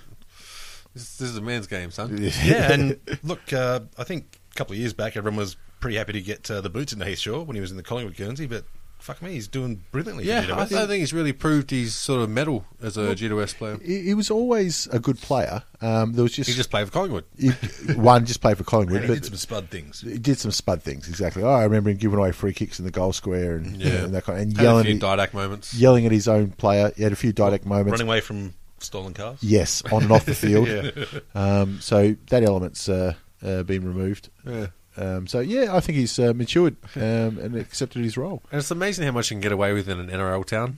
D: "This, this is a man's game, son." [LAUGHS]
E: Yeah, and look, uh, I think a couple of years back, everyone was pretty happy to get uh, the boots into Heath Shaw when he was in the Collingwood Guernsey, but. Fuck me, he's doing brilliantly. for
D: Yeah,
E: GWS.
D: I don't think he's really proved his sort of medal as a GWS player.
C: He, he was always a good player. Um, there was just
D: He just played for Collingwood.
C: he- one just played for Collingwood,
E: And he
C: but
E: did some spud things.
C: he did some spud things exactly. Oh, I remember him giving away free kicks in the goal square and,
D: Yeah.
C: and that kind and
D: Had a
C: yelling
D: few
C: at,
D: Didac moments.
C: yelling at his own player. He had a few didact moments.
E: Running away from stolen cars.
C: Yes, on and off the field. um, so that element's uh, uh, been removed.
D: Yeah.
C: Um, so yeah, I think he's uh, matured um, and accepted his role.
D: And it's amazing how much you can get away with in an NRL town.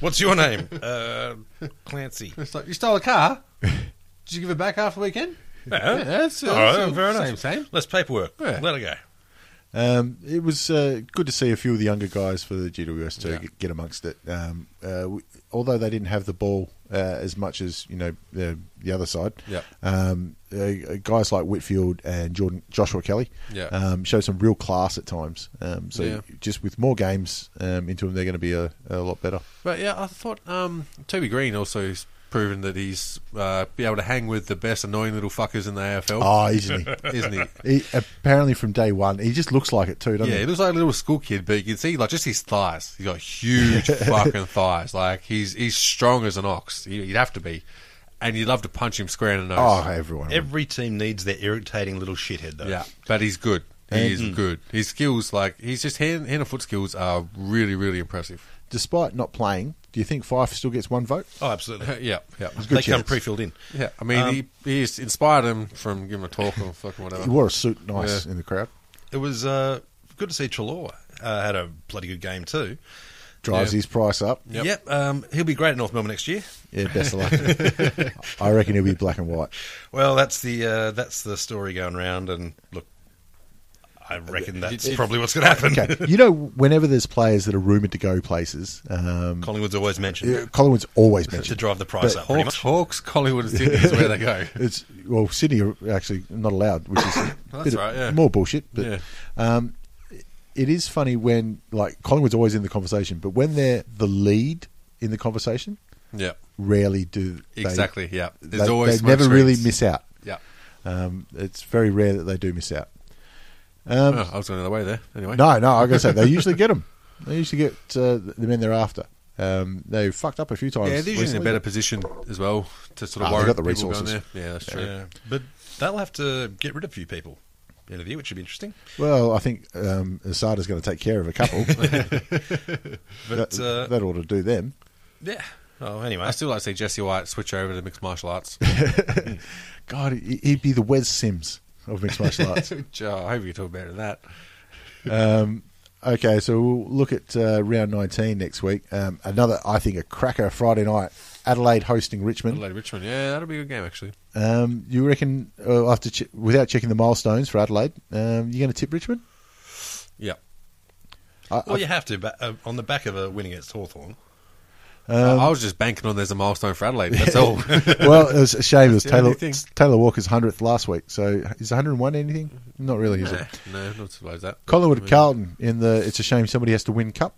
E: What's your
D: [LAUGHS]
E: name? uh, Clancy.
D: It's like you stole a car. Did you give it back after the weekend?
E: Yeah,
D: that's-
E: All
D: that's
E: right,
D: all
E: fair
D: same,
E: enough.
D: same.
E: Less paperwork.
D: Yeah.
E: Let it go.
C: Um, it was uh, good to see a few of the younger guys for the GWS to
D: Yeah.
C: get, get amongst it. Um, uh, we, although they didn't have the ball uh, as much as you know the, the other side.
D: Yep.
C: Um, uh, guys like Whitfield and Jordan Joshua Kelly.
D: Yeah.
C: Um, show some real class at times. Um, so
D: Yeah.
C: just with more games um, into them, they're going to be a, a lot
D: [LAUGHS]
C: better.
D: But yeah, I thought um, Toby Green also has proven that he's uh, be able to hang with the best annoying little fuckers in the AFL,
C: Oh, isn't he?
D: isn't
C: [LAUGHS]
D: he?
C: He, apparently, from day one, he just looks like it too, doesn't
D: Yeah, he
C: he?
D: looks like a little school kid, but you can see like just his thighs. He's
C: [LAUGHS]
D: got huge fucking thighs. Like he's he's strong as an ox. You- You'd have to be, and you'd love to punch him square in the nose.
C: Oh, everyone.
E: Every team needs their irritating little shithead, though.
D: yeah, but he's good. He
C: hmm.
D: is good. His skills, like he's just hand, hand and foot skills, are really really impressive.
C: Despite not playing, do you think Fife still gets one vote?
E: Oh, absolutely.
D: [LAUGHS] yeah,
C: [LAUGHS]
D: yeah.
C: good
E: they come
C: chance.
E: pre-filled in.
D: Yeah, I mean,
C: Um,
D: he, he's inspired him from giving a talk or fucking whatever.
C: He wore a suit, nice
D: Yeah.
C: in the crowd.
E: It was uh, good to see Trelaw uh, had a bloody good game too.
C: Drives
D: Yeah.
C: his price up.
D: Yep.
E: um, he'll be great at North Melbourne next year.
C: Yeah, best
D: [LAUGHS]
C: of luck. I reckon he'll be black and white.
E: Well, that's the uh, that's the story going round, and look, I reckon that's probably what's going to happen.
C: Okay, you know, whenever there's players that are rumoured to go places, um,
E: [LAUGHS] Collingwood's always mentioned
C: yeah, Collingwood's always
E: to
C: mentioned.
E: drive the price
C: But
E: up. Pretty
D: Hawks,
E: much.
D: Hawks, Collingwood, and Sydney is where they
E: [LAUGHS]
D: go.
C: It's well, Sydney are actually not allowed, which
D: [COUGHS]
C: is a bit of-
D: right, yeah.
C: more bullshit. But
D: Yeah.
C: um, it is funny when like Collingwood's always in the conversation, but when they're the lead in the conversation,
D: Yeah,
C: rarely do they-
D: exactly. yeah,
C: They,
D: there's always
C: they
D: smoke
C: never really
D: screens.
C: miss out.
D: Yeah,
C: Um, it's very rare that they do miss out. Um,
D: oh, I was going the other way there. Anyway,
C: No, no, I gotta say they usually get them. They usually get uh, the men they're after. Um, they fucked up a few times.
D: yeah, they're usually in a
C: recently,
D: better position as well to sort
C: Ah,
D: of
C: they've
D: warrant
C: got the
D: people going
C: resources.
D: there. Yeah, that's true.
E: Yeah, but they'll have to get rid of a few people. at the End of the year, which should be interesting.
C: but- Well, I think um, Asada's going to take care of a
D: [LAUGHS]
C: couple. that,
E: But uh,
C: that ought to do them.
E: yeah. Oh, anyway,
D: I still like to see Jesse White switch over to mixed
C: [LAUGHS]
D: martial arts.
C: God, he- he'd be the Wes Sims of mixed martial
D: [LAUGHS]
C: arts.
D: Which, uh, I hope you talk better than that.
C: Okay, so we'll look at uh, round 19 next week. Um, another, I think, a cracker Friday night. Adelaide hosting Richmond.
D: Adelaide Richmond, yeah, that'll be a good game actually.
C: Um, you reckon, uh, after che- without checking the milestones for Adelaide, um, you're going to tip Richmond?
D: Yeah,
C: I,
E: well,
C: I-
E: you have to ba- uh, on the back of a win against Hawthorn.
C: Um,
D: I was just banking on there's a milestone for
C: [LAUGHS]
D: Adelaide. That's all. [LAUGHS]
C: well, it was a shame. It was
D: That's the
C: Taylor,
D: only thing.
C: Taylor Walker's 100th last week. So is 101 anything? Not really, is
D: no,
C: it?
D: no, not surprised that.
C: Collingwood Carlton in the It's a Shame Somebody Has to Win Cup.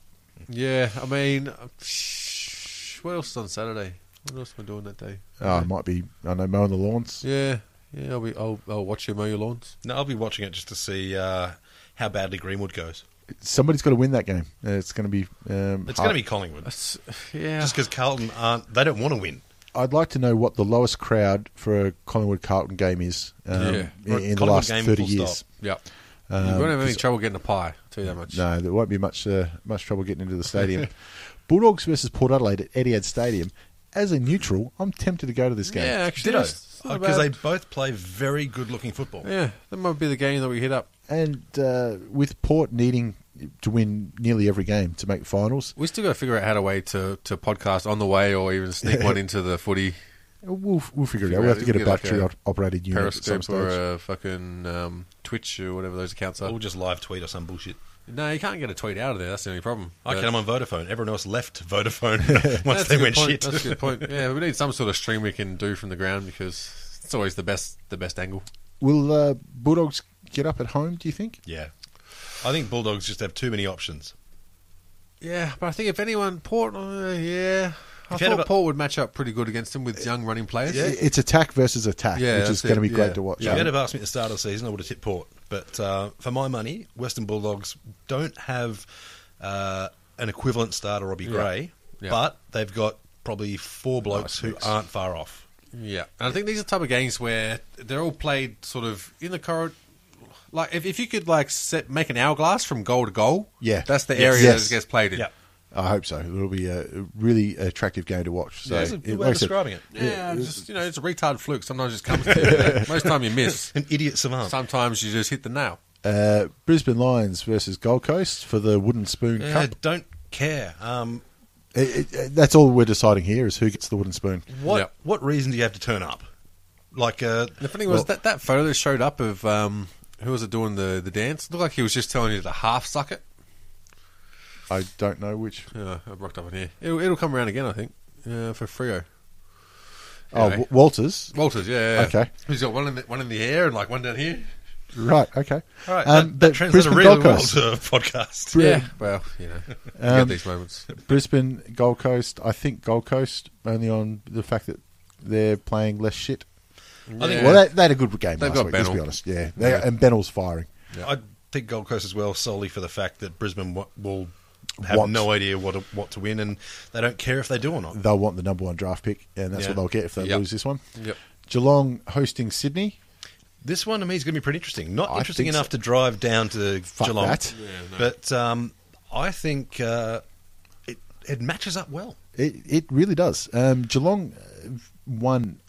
D: Yeah, I mean, much. [SIGHS] What else is on Saturday? What else am I doing that day?
C: Oh, it might be, I don't know, mowing the lawns.
D: Yeah, yeah. I'll, be, I'll, I'll watch you mow your lawns.
E: No, I'll be watching it just to see uh, how badly Greenwood goes.
C: Somebody's got to win that game. Uh, It's going to be. Um,
E: It's going to be
C: [SIGHS]
E: Collingwood.
D: That's, yeah.
E: Just because Carlton aren't, they don't want to win.
C: I'd like to know what the lowest crowd for a Collingwood Carlton game is um,
D: Yeah.
C: in,
E: Or
C: in the
E: Collingwood
C: last
E: game,
C: thirty
E: full
C: years.
E: stop.
D: yeah.
C: Um,
D: you won't have any
C: 'cause-
D: trouble getting a pie. I'll tell you that much.
C: No, there won't be much uh, much trouble getting
D: [LAUGHS]
C: into the stadium. Bulldogs versus Port Adelaide at Etihad Stadium. As a neutral, I'm tempted to go to this game.
D: Yeah, actually,
E: Ditto.
D: it's not
E: Because they
D: bad.
E: both play very good looking football.
D: Yeah, that might be the game that we hit up.
C: And uh, with Port needing to win nearly every game to make finals,
D: We still got to figure out how to way to, to podcast on the way, or even
C: [LAUGHS]
D: sneak one into the footy
C: we'll, we'll figure it
D: Figure
C: out. We'll have
D: out-
C: to get a
D: get like
C: battery
D: a
C: op- operated unit at some
D: Periscope
C: stage.
D: or a fucking um, Twitch or whatever those accounts are.
E: Or just live tweet or some bullshit.
D: No, you can't get a tweet out of there. That's the only problem.
E: I
D: But-
E: can. I'm on Vodafone. Everyone else left
D: [LAUGHS]
E: Vodafone [LAUGHS] once
D: That's
E: they
D: a good
E: went
D: point.
E: shit.
D: That's a good [LAUGHS] point. Yeah, we need some sort of stream we can do from the ground because it's always the best the best angle.
C: Will uh, Bulldogs get up at home? Do you think?
E: [LAUGHS] yeah, I think Bulldogs just have too many options.
D: Yeah, but I think if anyone Port, uh, yeah, I
E: If you
D: thought
E: had about-
D: Port would match up pretty good against them with young running players.
C: I- It's attack versus attack,
D: Yeah,
C: which is
D: that's it,
C: going to be great
D: yeah.
C: to watch.
E: If you'd have asked me at the start of the season, I would have tipped Port. But uh, for my money, Western Bulldogs don't have uh, an equivalent starter, Robbie Gray,
D: Yeah.
E: but they've got probably four blokes who aren't far off.
D: Yeah, and I think these are the type of games where they're all played sort of in the corridor. Like if, if you could like set make an hourglass from goal to goal,
C: Yeah.
D: that's the
C: Yes.
D: area
C: Yes.
D: that gets played in.
E: Yeah.
C: I hope so. It'll be a really attractive game to watch. So
E: That's a good
C: it-
E: way
C: like
E: of
C: I said,
E: describing it.
D: Yeah, just you know, it's a retard fluke. Sometimes it comes to you. [LAUGHS] Most time you miss.
E: An idiot savant.
D: Sometimes you just hit the nail.
C: Uh, Brisbane Lions versus Gold Coast for the Wooden Spoon
E: Yeah,
C: Cup.
E: don't care. Um,
C: It, it, that's all we're deciding here is who gets the wooden spoon.
E: what
D: Yep.
E: what reason do you have to turn up? Like, uh,
D: The funny was
C: Well-
D: that that photo that showed up of um, who was it doing the the dance? It looked like he was just telling you to half suck it.
C: I don't know which.
D: Yeah, I've rocked up in here. It'll, it'll come around again, I think, uh, for Frio.
C: Oh,
D: Anyway.
C: W- Walters.
D: Walters, yeah, yeah.
C: Okay.
D: He's got one in the, one in the air and like one down here.
C: Right. Okay.
E: all right,
C: Um,
E: that,
C: but
E: that translates
C: Brisbane
E: really
C: Gold
E: well
C: Coast.
E: to a [LAUGHS] podcast.
C: Bri-
D: Well, you know, you
C: Um,
D: get these moments.
C: Brisbane Gold Coast. I think Gold Coast only on the fact that they're playing less shit.
E: I think-
C: Well, they, they had a good game
D: They've
C: last
D: got
C: week. Let's be
D: Bennell.
C: honest. Yeah, they,
D: Yeah.
C: and Bennell's firing.
E: I think Gold Coast as well, solely for the fact that Brisbane w- will have
C: Want.
E: no idea what to, what to win, and they don't care if they do or not.
C: They'll want the number one draft pick, and that's
E: Yeah.
C: what they'll get if they
D: Yep.
C: lose this one.
D: Yep.
C: Geelong hosting Sydney.
E: This one to me is going to be pretty interesting. Not
C: I
E: interesting
C: think so.
E: enough to drive down to
C: Fuck
E: Geelong,
C: that. Yeah,
E: but um, I think uh, it it matches up well.
C: It it really does. Um, Geelong uh, won.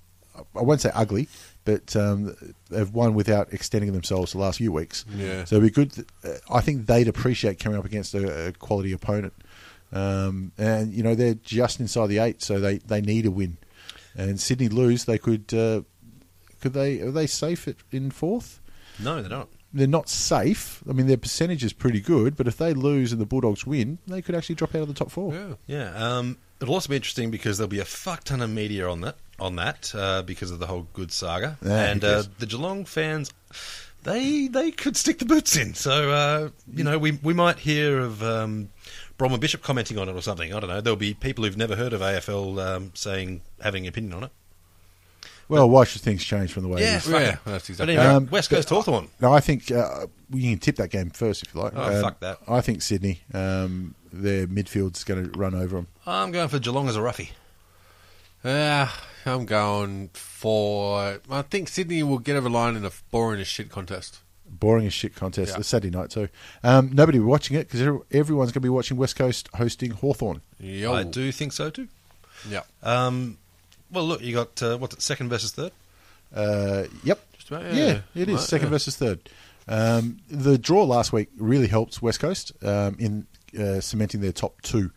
C: I won't say ugly, but um, they've won without extending themselves the last few weeks.
D: Yeah.
C: So it'd be good. uh, I think they'd appreciate coming up against a, a quality opponent. Um, and you know they're just inside the eight, so they, they need a win. And Sydney lose, they could uh, could they are they safe at, in fourth?
E: No, they don't.
C: They're not safe. I mean their percentage is pretty good, but if they lose and the Bulldogs win, they could actually drop out of the top four.
D: Yeah.
E: Yeah, um, it'll also be interesting because there'll be a fuck ton of media on that on that uh, because of the whole good saga,
C: Yeah,
E: and uh,
C: because-
E: the Geelong fans. They they could stick the boots in, so uh, you know we we might hear of um, Bronwyn Bishop commenting on it or something. I don't know. There'll be people who've never heard of AFL um, saying having an opinion on it.
C: Well, why should things change from the way it
E: Yeah,
C: is?
E: fuck
D: yeah,
E: it.
D: that's
E: But
D: exactly.
E: anyway,
C: Um,
E: West Coast Hawthorn.
C: No, I think uh, we can tip that game first if you like. Um,
E: Oh, fuck that.
C: I think Sydney, um, their midfield's going to run over them.
E: I'm going for Geelong as a roughie.
D: Uh, I'm going for. I think Sydney will get over the line in a boring as shit contest.
C: Boring as shit contest.
D: Yeah.
C: It's Saturday night too. Um, nobody will be watching it because everyone's going to be watching West Coast hosting Hawthorn.
D: Yo.
E: I do think so too.
D: Yeah.
E: Um, well, look, you got uh, what's it, second versus third.
C: Uh, yep.
D: Just about,
C: yeah,
D: yeah.
C: it is
D: Right,
C: second
D: yeah.
C: versus third. Um, the draw last week really helps West Coast um, in uh, cementing their top two.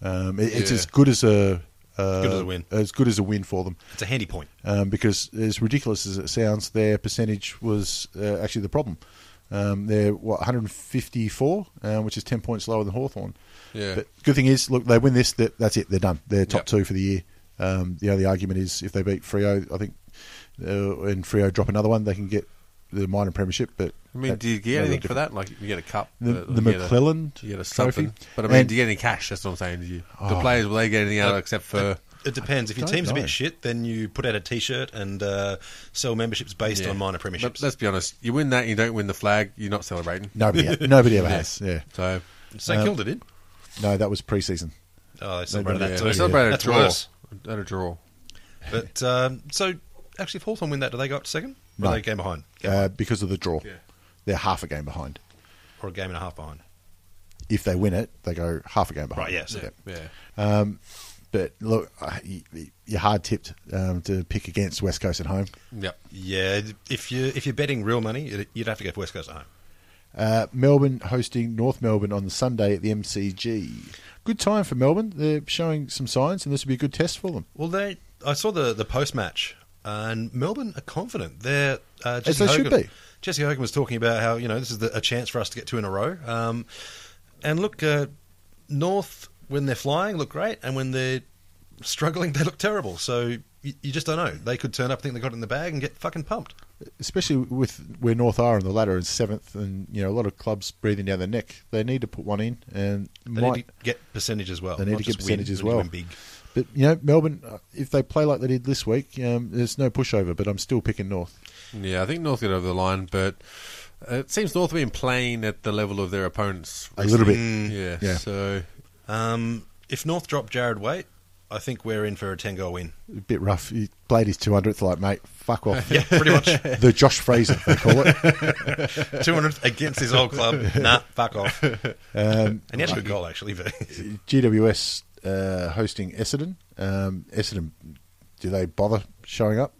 C: Um, it- It's
D: Yeah.
C: as good as a uh,
E: Good as a win.
C: As good as a win for them.
E: It's a handy point.
C: um, because as ridiculous as it sounds, their percentage was uh, actually the problem. Um, they're what 154, um, which is 10 points lower than Hawthorn.
D: Yeah.
C: But good thing is, look, they win this, that, that's it, they're done. They're top
D: Yep.
C: two for the year. Um, the only argument is if they beat Frio, I think, uh, and Frio drop another one, they can get the minor premiership, but
D: I mean,
C: that-
D: do you
C: they
D: get
C: were
D: anything
C: different.
D: for that? Like, you get a cup,
C: The-
D: uh,
C: the
D: you get a-
C: McClellan
D: you get a
C: trophy?
D: something. But I mean,
C: And-
D: do you get any cash? That's what I'm saying. Do you, the
C: Oh.
D: players will they get anything out of it except for?
E: It depends. If your
C: don't
E: team's a
C: know.
E: bit shit, then you put out a T-shirt and uh, sell memberships based
D: Yeah.
E: on minor
D: But
E: premierships.
D: let's be honest. You win that, you don't win the flag. You're not celebrating. [LAUGHS]
C: Nobody, nobody ever has. Yeah,
D: So uh,
E: St Kilda did.
C: no, that was pre-season.
E: Oh, they celebrated
C: did,
E: that
D: yeah,
C: yeah.
E: too.
D: they celebrated
E: That's
D: a draw.
E: worse.
D: At a draw.
E: But um, so, actually, if Hawthorn win that, do they go up to second? Or
C: No.
E: are they a game behind?
C: uh, because of the draw.
D: Yeah.
C: They're half a game behind.
E: Or a game and a half behind?
C: If they win it, they go half a game behind.
E: Right, yeah, so-
D: Yeah.
C: But look, uh, you, you're hard tipped um, to pick against West Coast at home.
D: Yep.
E: Yeah, if you if you're betting real money, it- you'd have to go for West Coast at home.
C: Uh, Melbourne hosting North Melbourne on the Sunday at the MCG. Good time for Melbourne. They're showing some signs, and this would be a good test for them.
E: Well, they I saw the the post match, and Melbourne are confident. They're uh, Jesse
C: they should
E: Hogan,
C: be.
E: Jesse Hogan was talking about how you know this is the, a chance for us to get two in a row. Um, and look, uh, North when they're flying look great, and when they're struggling [LAUGHS] they look terrible. So you, you just don't know. They could turn up, think they got it in the bag, and get fucking pumped.
C: Especially with where North are on the ladder and seventh, and you know a lot of clubs breathing down their neck. They need to put one in, and
E: They
C: might,
E: need to get percentage as well.
C: They need
E: not
C: to get
E: just win.
C: percentage as
E: They need to
C: well.
E: win big.
C: But you know, Melbourne, uh, if they play like they did this week, um, there's no pushover. But I'm still picking North.
D: Yeah, I think North get over the line, but it seems North have been playing at the level of their opponents.
C: A little
E: Mm.
C: bit.
D: recently. Yeah,
C: Yeah.
D: So
E: Um, if North drop Jared Waite, I think we're in for a ten goal win.
C: A bit rough. He played his 200th. Like, mate, fuck off.
E: [LAUGHS] Yeah, pretty
C: [LAUGHS]
E: much.
C: the Josh Fraser they call it.
E: 200 against his old club.
D: [LAUGHS]
E: Nah, fuck off.
C: Um,
E: And he had a good goal, actually. But
C: GWS uh, hosting Essendon. Um, Essendon, do they bother showing up?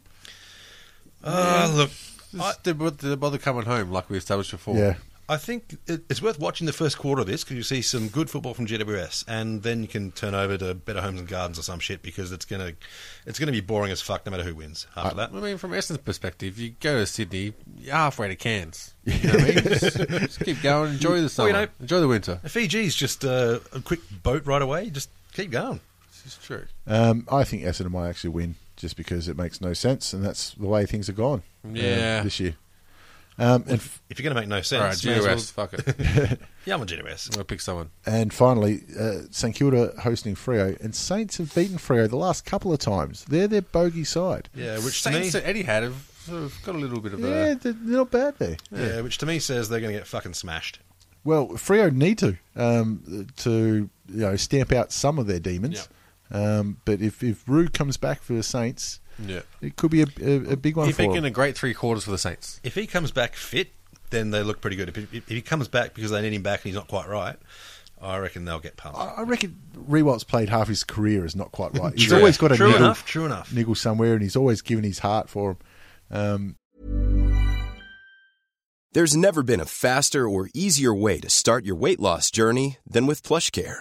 E: oh, look, I,
D: Just did did they bother coming home like we established before?
C: Yeah.
E: I think it, it's worth watching the first quarter of this because you see some good football from GWS, and then you can turn over to Better Homes and Gardens or some shit because it's gonna it's gonna be boring as fuck no matter who wins after that.
D: I mean, from Essendon's perspective, you go to Sydney, you're halfway to Cairns. You know what I mean? just, just keep going, enjoy the summer,
E: you know-
D: enjoy the winter.
E: Fiji's just uh, a quick boat right away. Just keep going.
D: This is true.
C: Um, I think Essendon might actually win just because it makes no sense, and that's the way things are gone. uh,
D: Yeah.
C: this year. Um, and f-
E: If you're gonna make no
D: All right,
E: sense, may as well-
D: GOS, fuck it. [LAUGHS] I'm
E: yeah, I'm a GWS.
D: gonna pick someone.
C: and finally, uh, St Kilda hosting Frio, and Saints have beaten Frio the last couple of times. They're their bogey side.
E: Yeah, Uh, which to me,
D: Saints that Eddie had have sort of got a little bit of
C: Yeah,
D: a.
C: they're they're not bad there.
E: yeah, which to me says they're gonna get fucking smashed.
C: Well, Frio need to um, to you know stamp out some of their demons. Um, but if if Rue comes back for the Saints,
D: Yeah.
C: it could be a, a, a big one
D: You're
C: for
D: thinking
C: them.
D: a great three quarters for the Saints.
E: If he comes back fit, then they look pretty good. If he, if he comes back because they need him back and he's not quite right, I reckon they'll get pumped.
C: I I reckon Rewalt's played half his career is not quite
D: [LAUGHS]
C: right. He's
E: True.
C: always got a
E: True
C: niggle,
E: enough, true enough.
C: niggle somewhere, and he's always given his heart for Um, him.
F: There's never been a faster or easier way to start your weight loss journey than with PlushCare.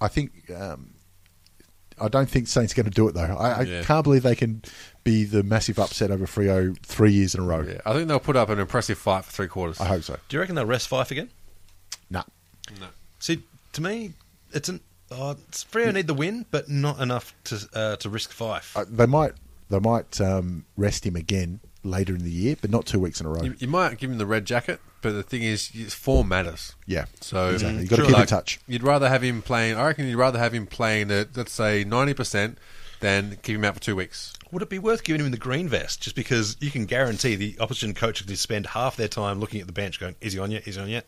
C: I think um, I don't think Saints going to do it though. I, I
D: Yeah.
C: can't believe they can be the massive upset over Frio three years in a row.
D: Yeah, I think they'll put up an impressive fight for three quarters.
C: I hope so.
E: Do you reckon they'll rest Fife again?
C: Nah.
E: See, to me, it's an. Oh, it's Freo need the win, but not enough to uh, to risk Fife.
C: Uh, they might they might um, rest him again later in the year, but not two weeks in a row.
D: You, you might give him the red jacket, but the thing is, it's form matters.
C: Yeah,
D: So
C: exactly. You've got to keep in touch.
D: You'd rather have him playing. I reckon you'd rather have him playing at let's say ninety percent then keep him out for two weeks.
E: Would it be worth giving him the green vest just because you can guarantee the opposition coach can spend half their time looking at the bench going, is he on yet? Is he on yet?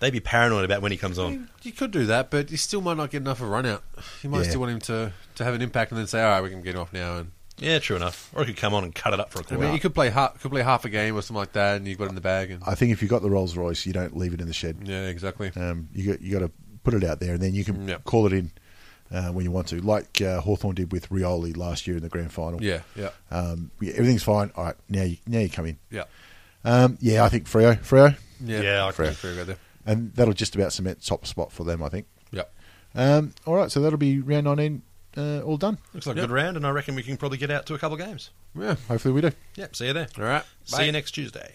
E: They'd be paranoid about when he comes on.
D: You could do that, but you still might not get enough of a run out. You might
E: Yeah.
D: still want him to, to have an impact and then say, all right, we can get him off now. And
E: Yeah, true enough. Or he could come on and cut it up for a
D: I
E: quarter.
D: mean, you could play half, could play half a game or something like that, and you got it in the bag. And
C: I think if you got the Rolls Royce, you don't leave it in the shed.
D: yeah, exactly.
C: Um, you got you got to put it out there, and then you can
D: Yep.
C: call it in uh, when you want to, like uh, Hawthorn did with Rioli last year in the grand final.
D: Yeah, yeah,
C: Um, yeah, everything's fine. All right, now you now you come in.
D: yeah,
C: Um, yeah, I think Freo, Freo,
D: yeah.
E: Yeah, I
D: I
E: agree.
D: can agree there.
C: and that'll just about cement top spot for them, I think.
D: Yeah,
C: Um, all right, so that'll be round nineteen uh, all done.
E: Looks like
D: Yep.
E: a good round, and I reckon we can probably get out to a couple of games.
D: yeah.
C: Hopefully, we do.
E: Yep, see you there.
D: All right.
E: See you next Tuesday.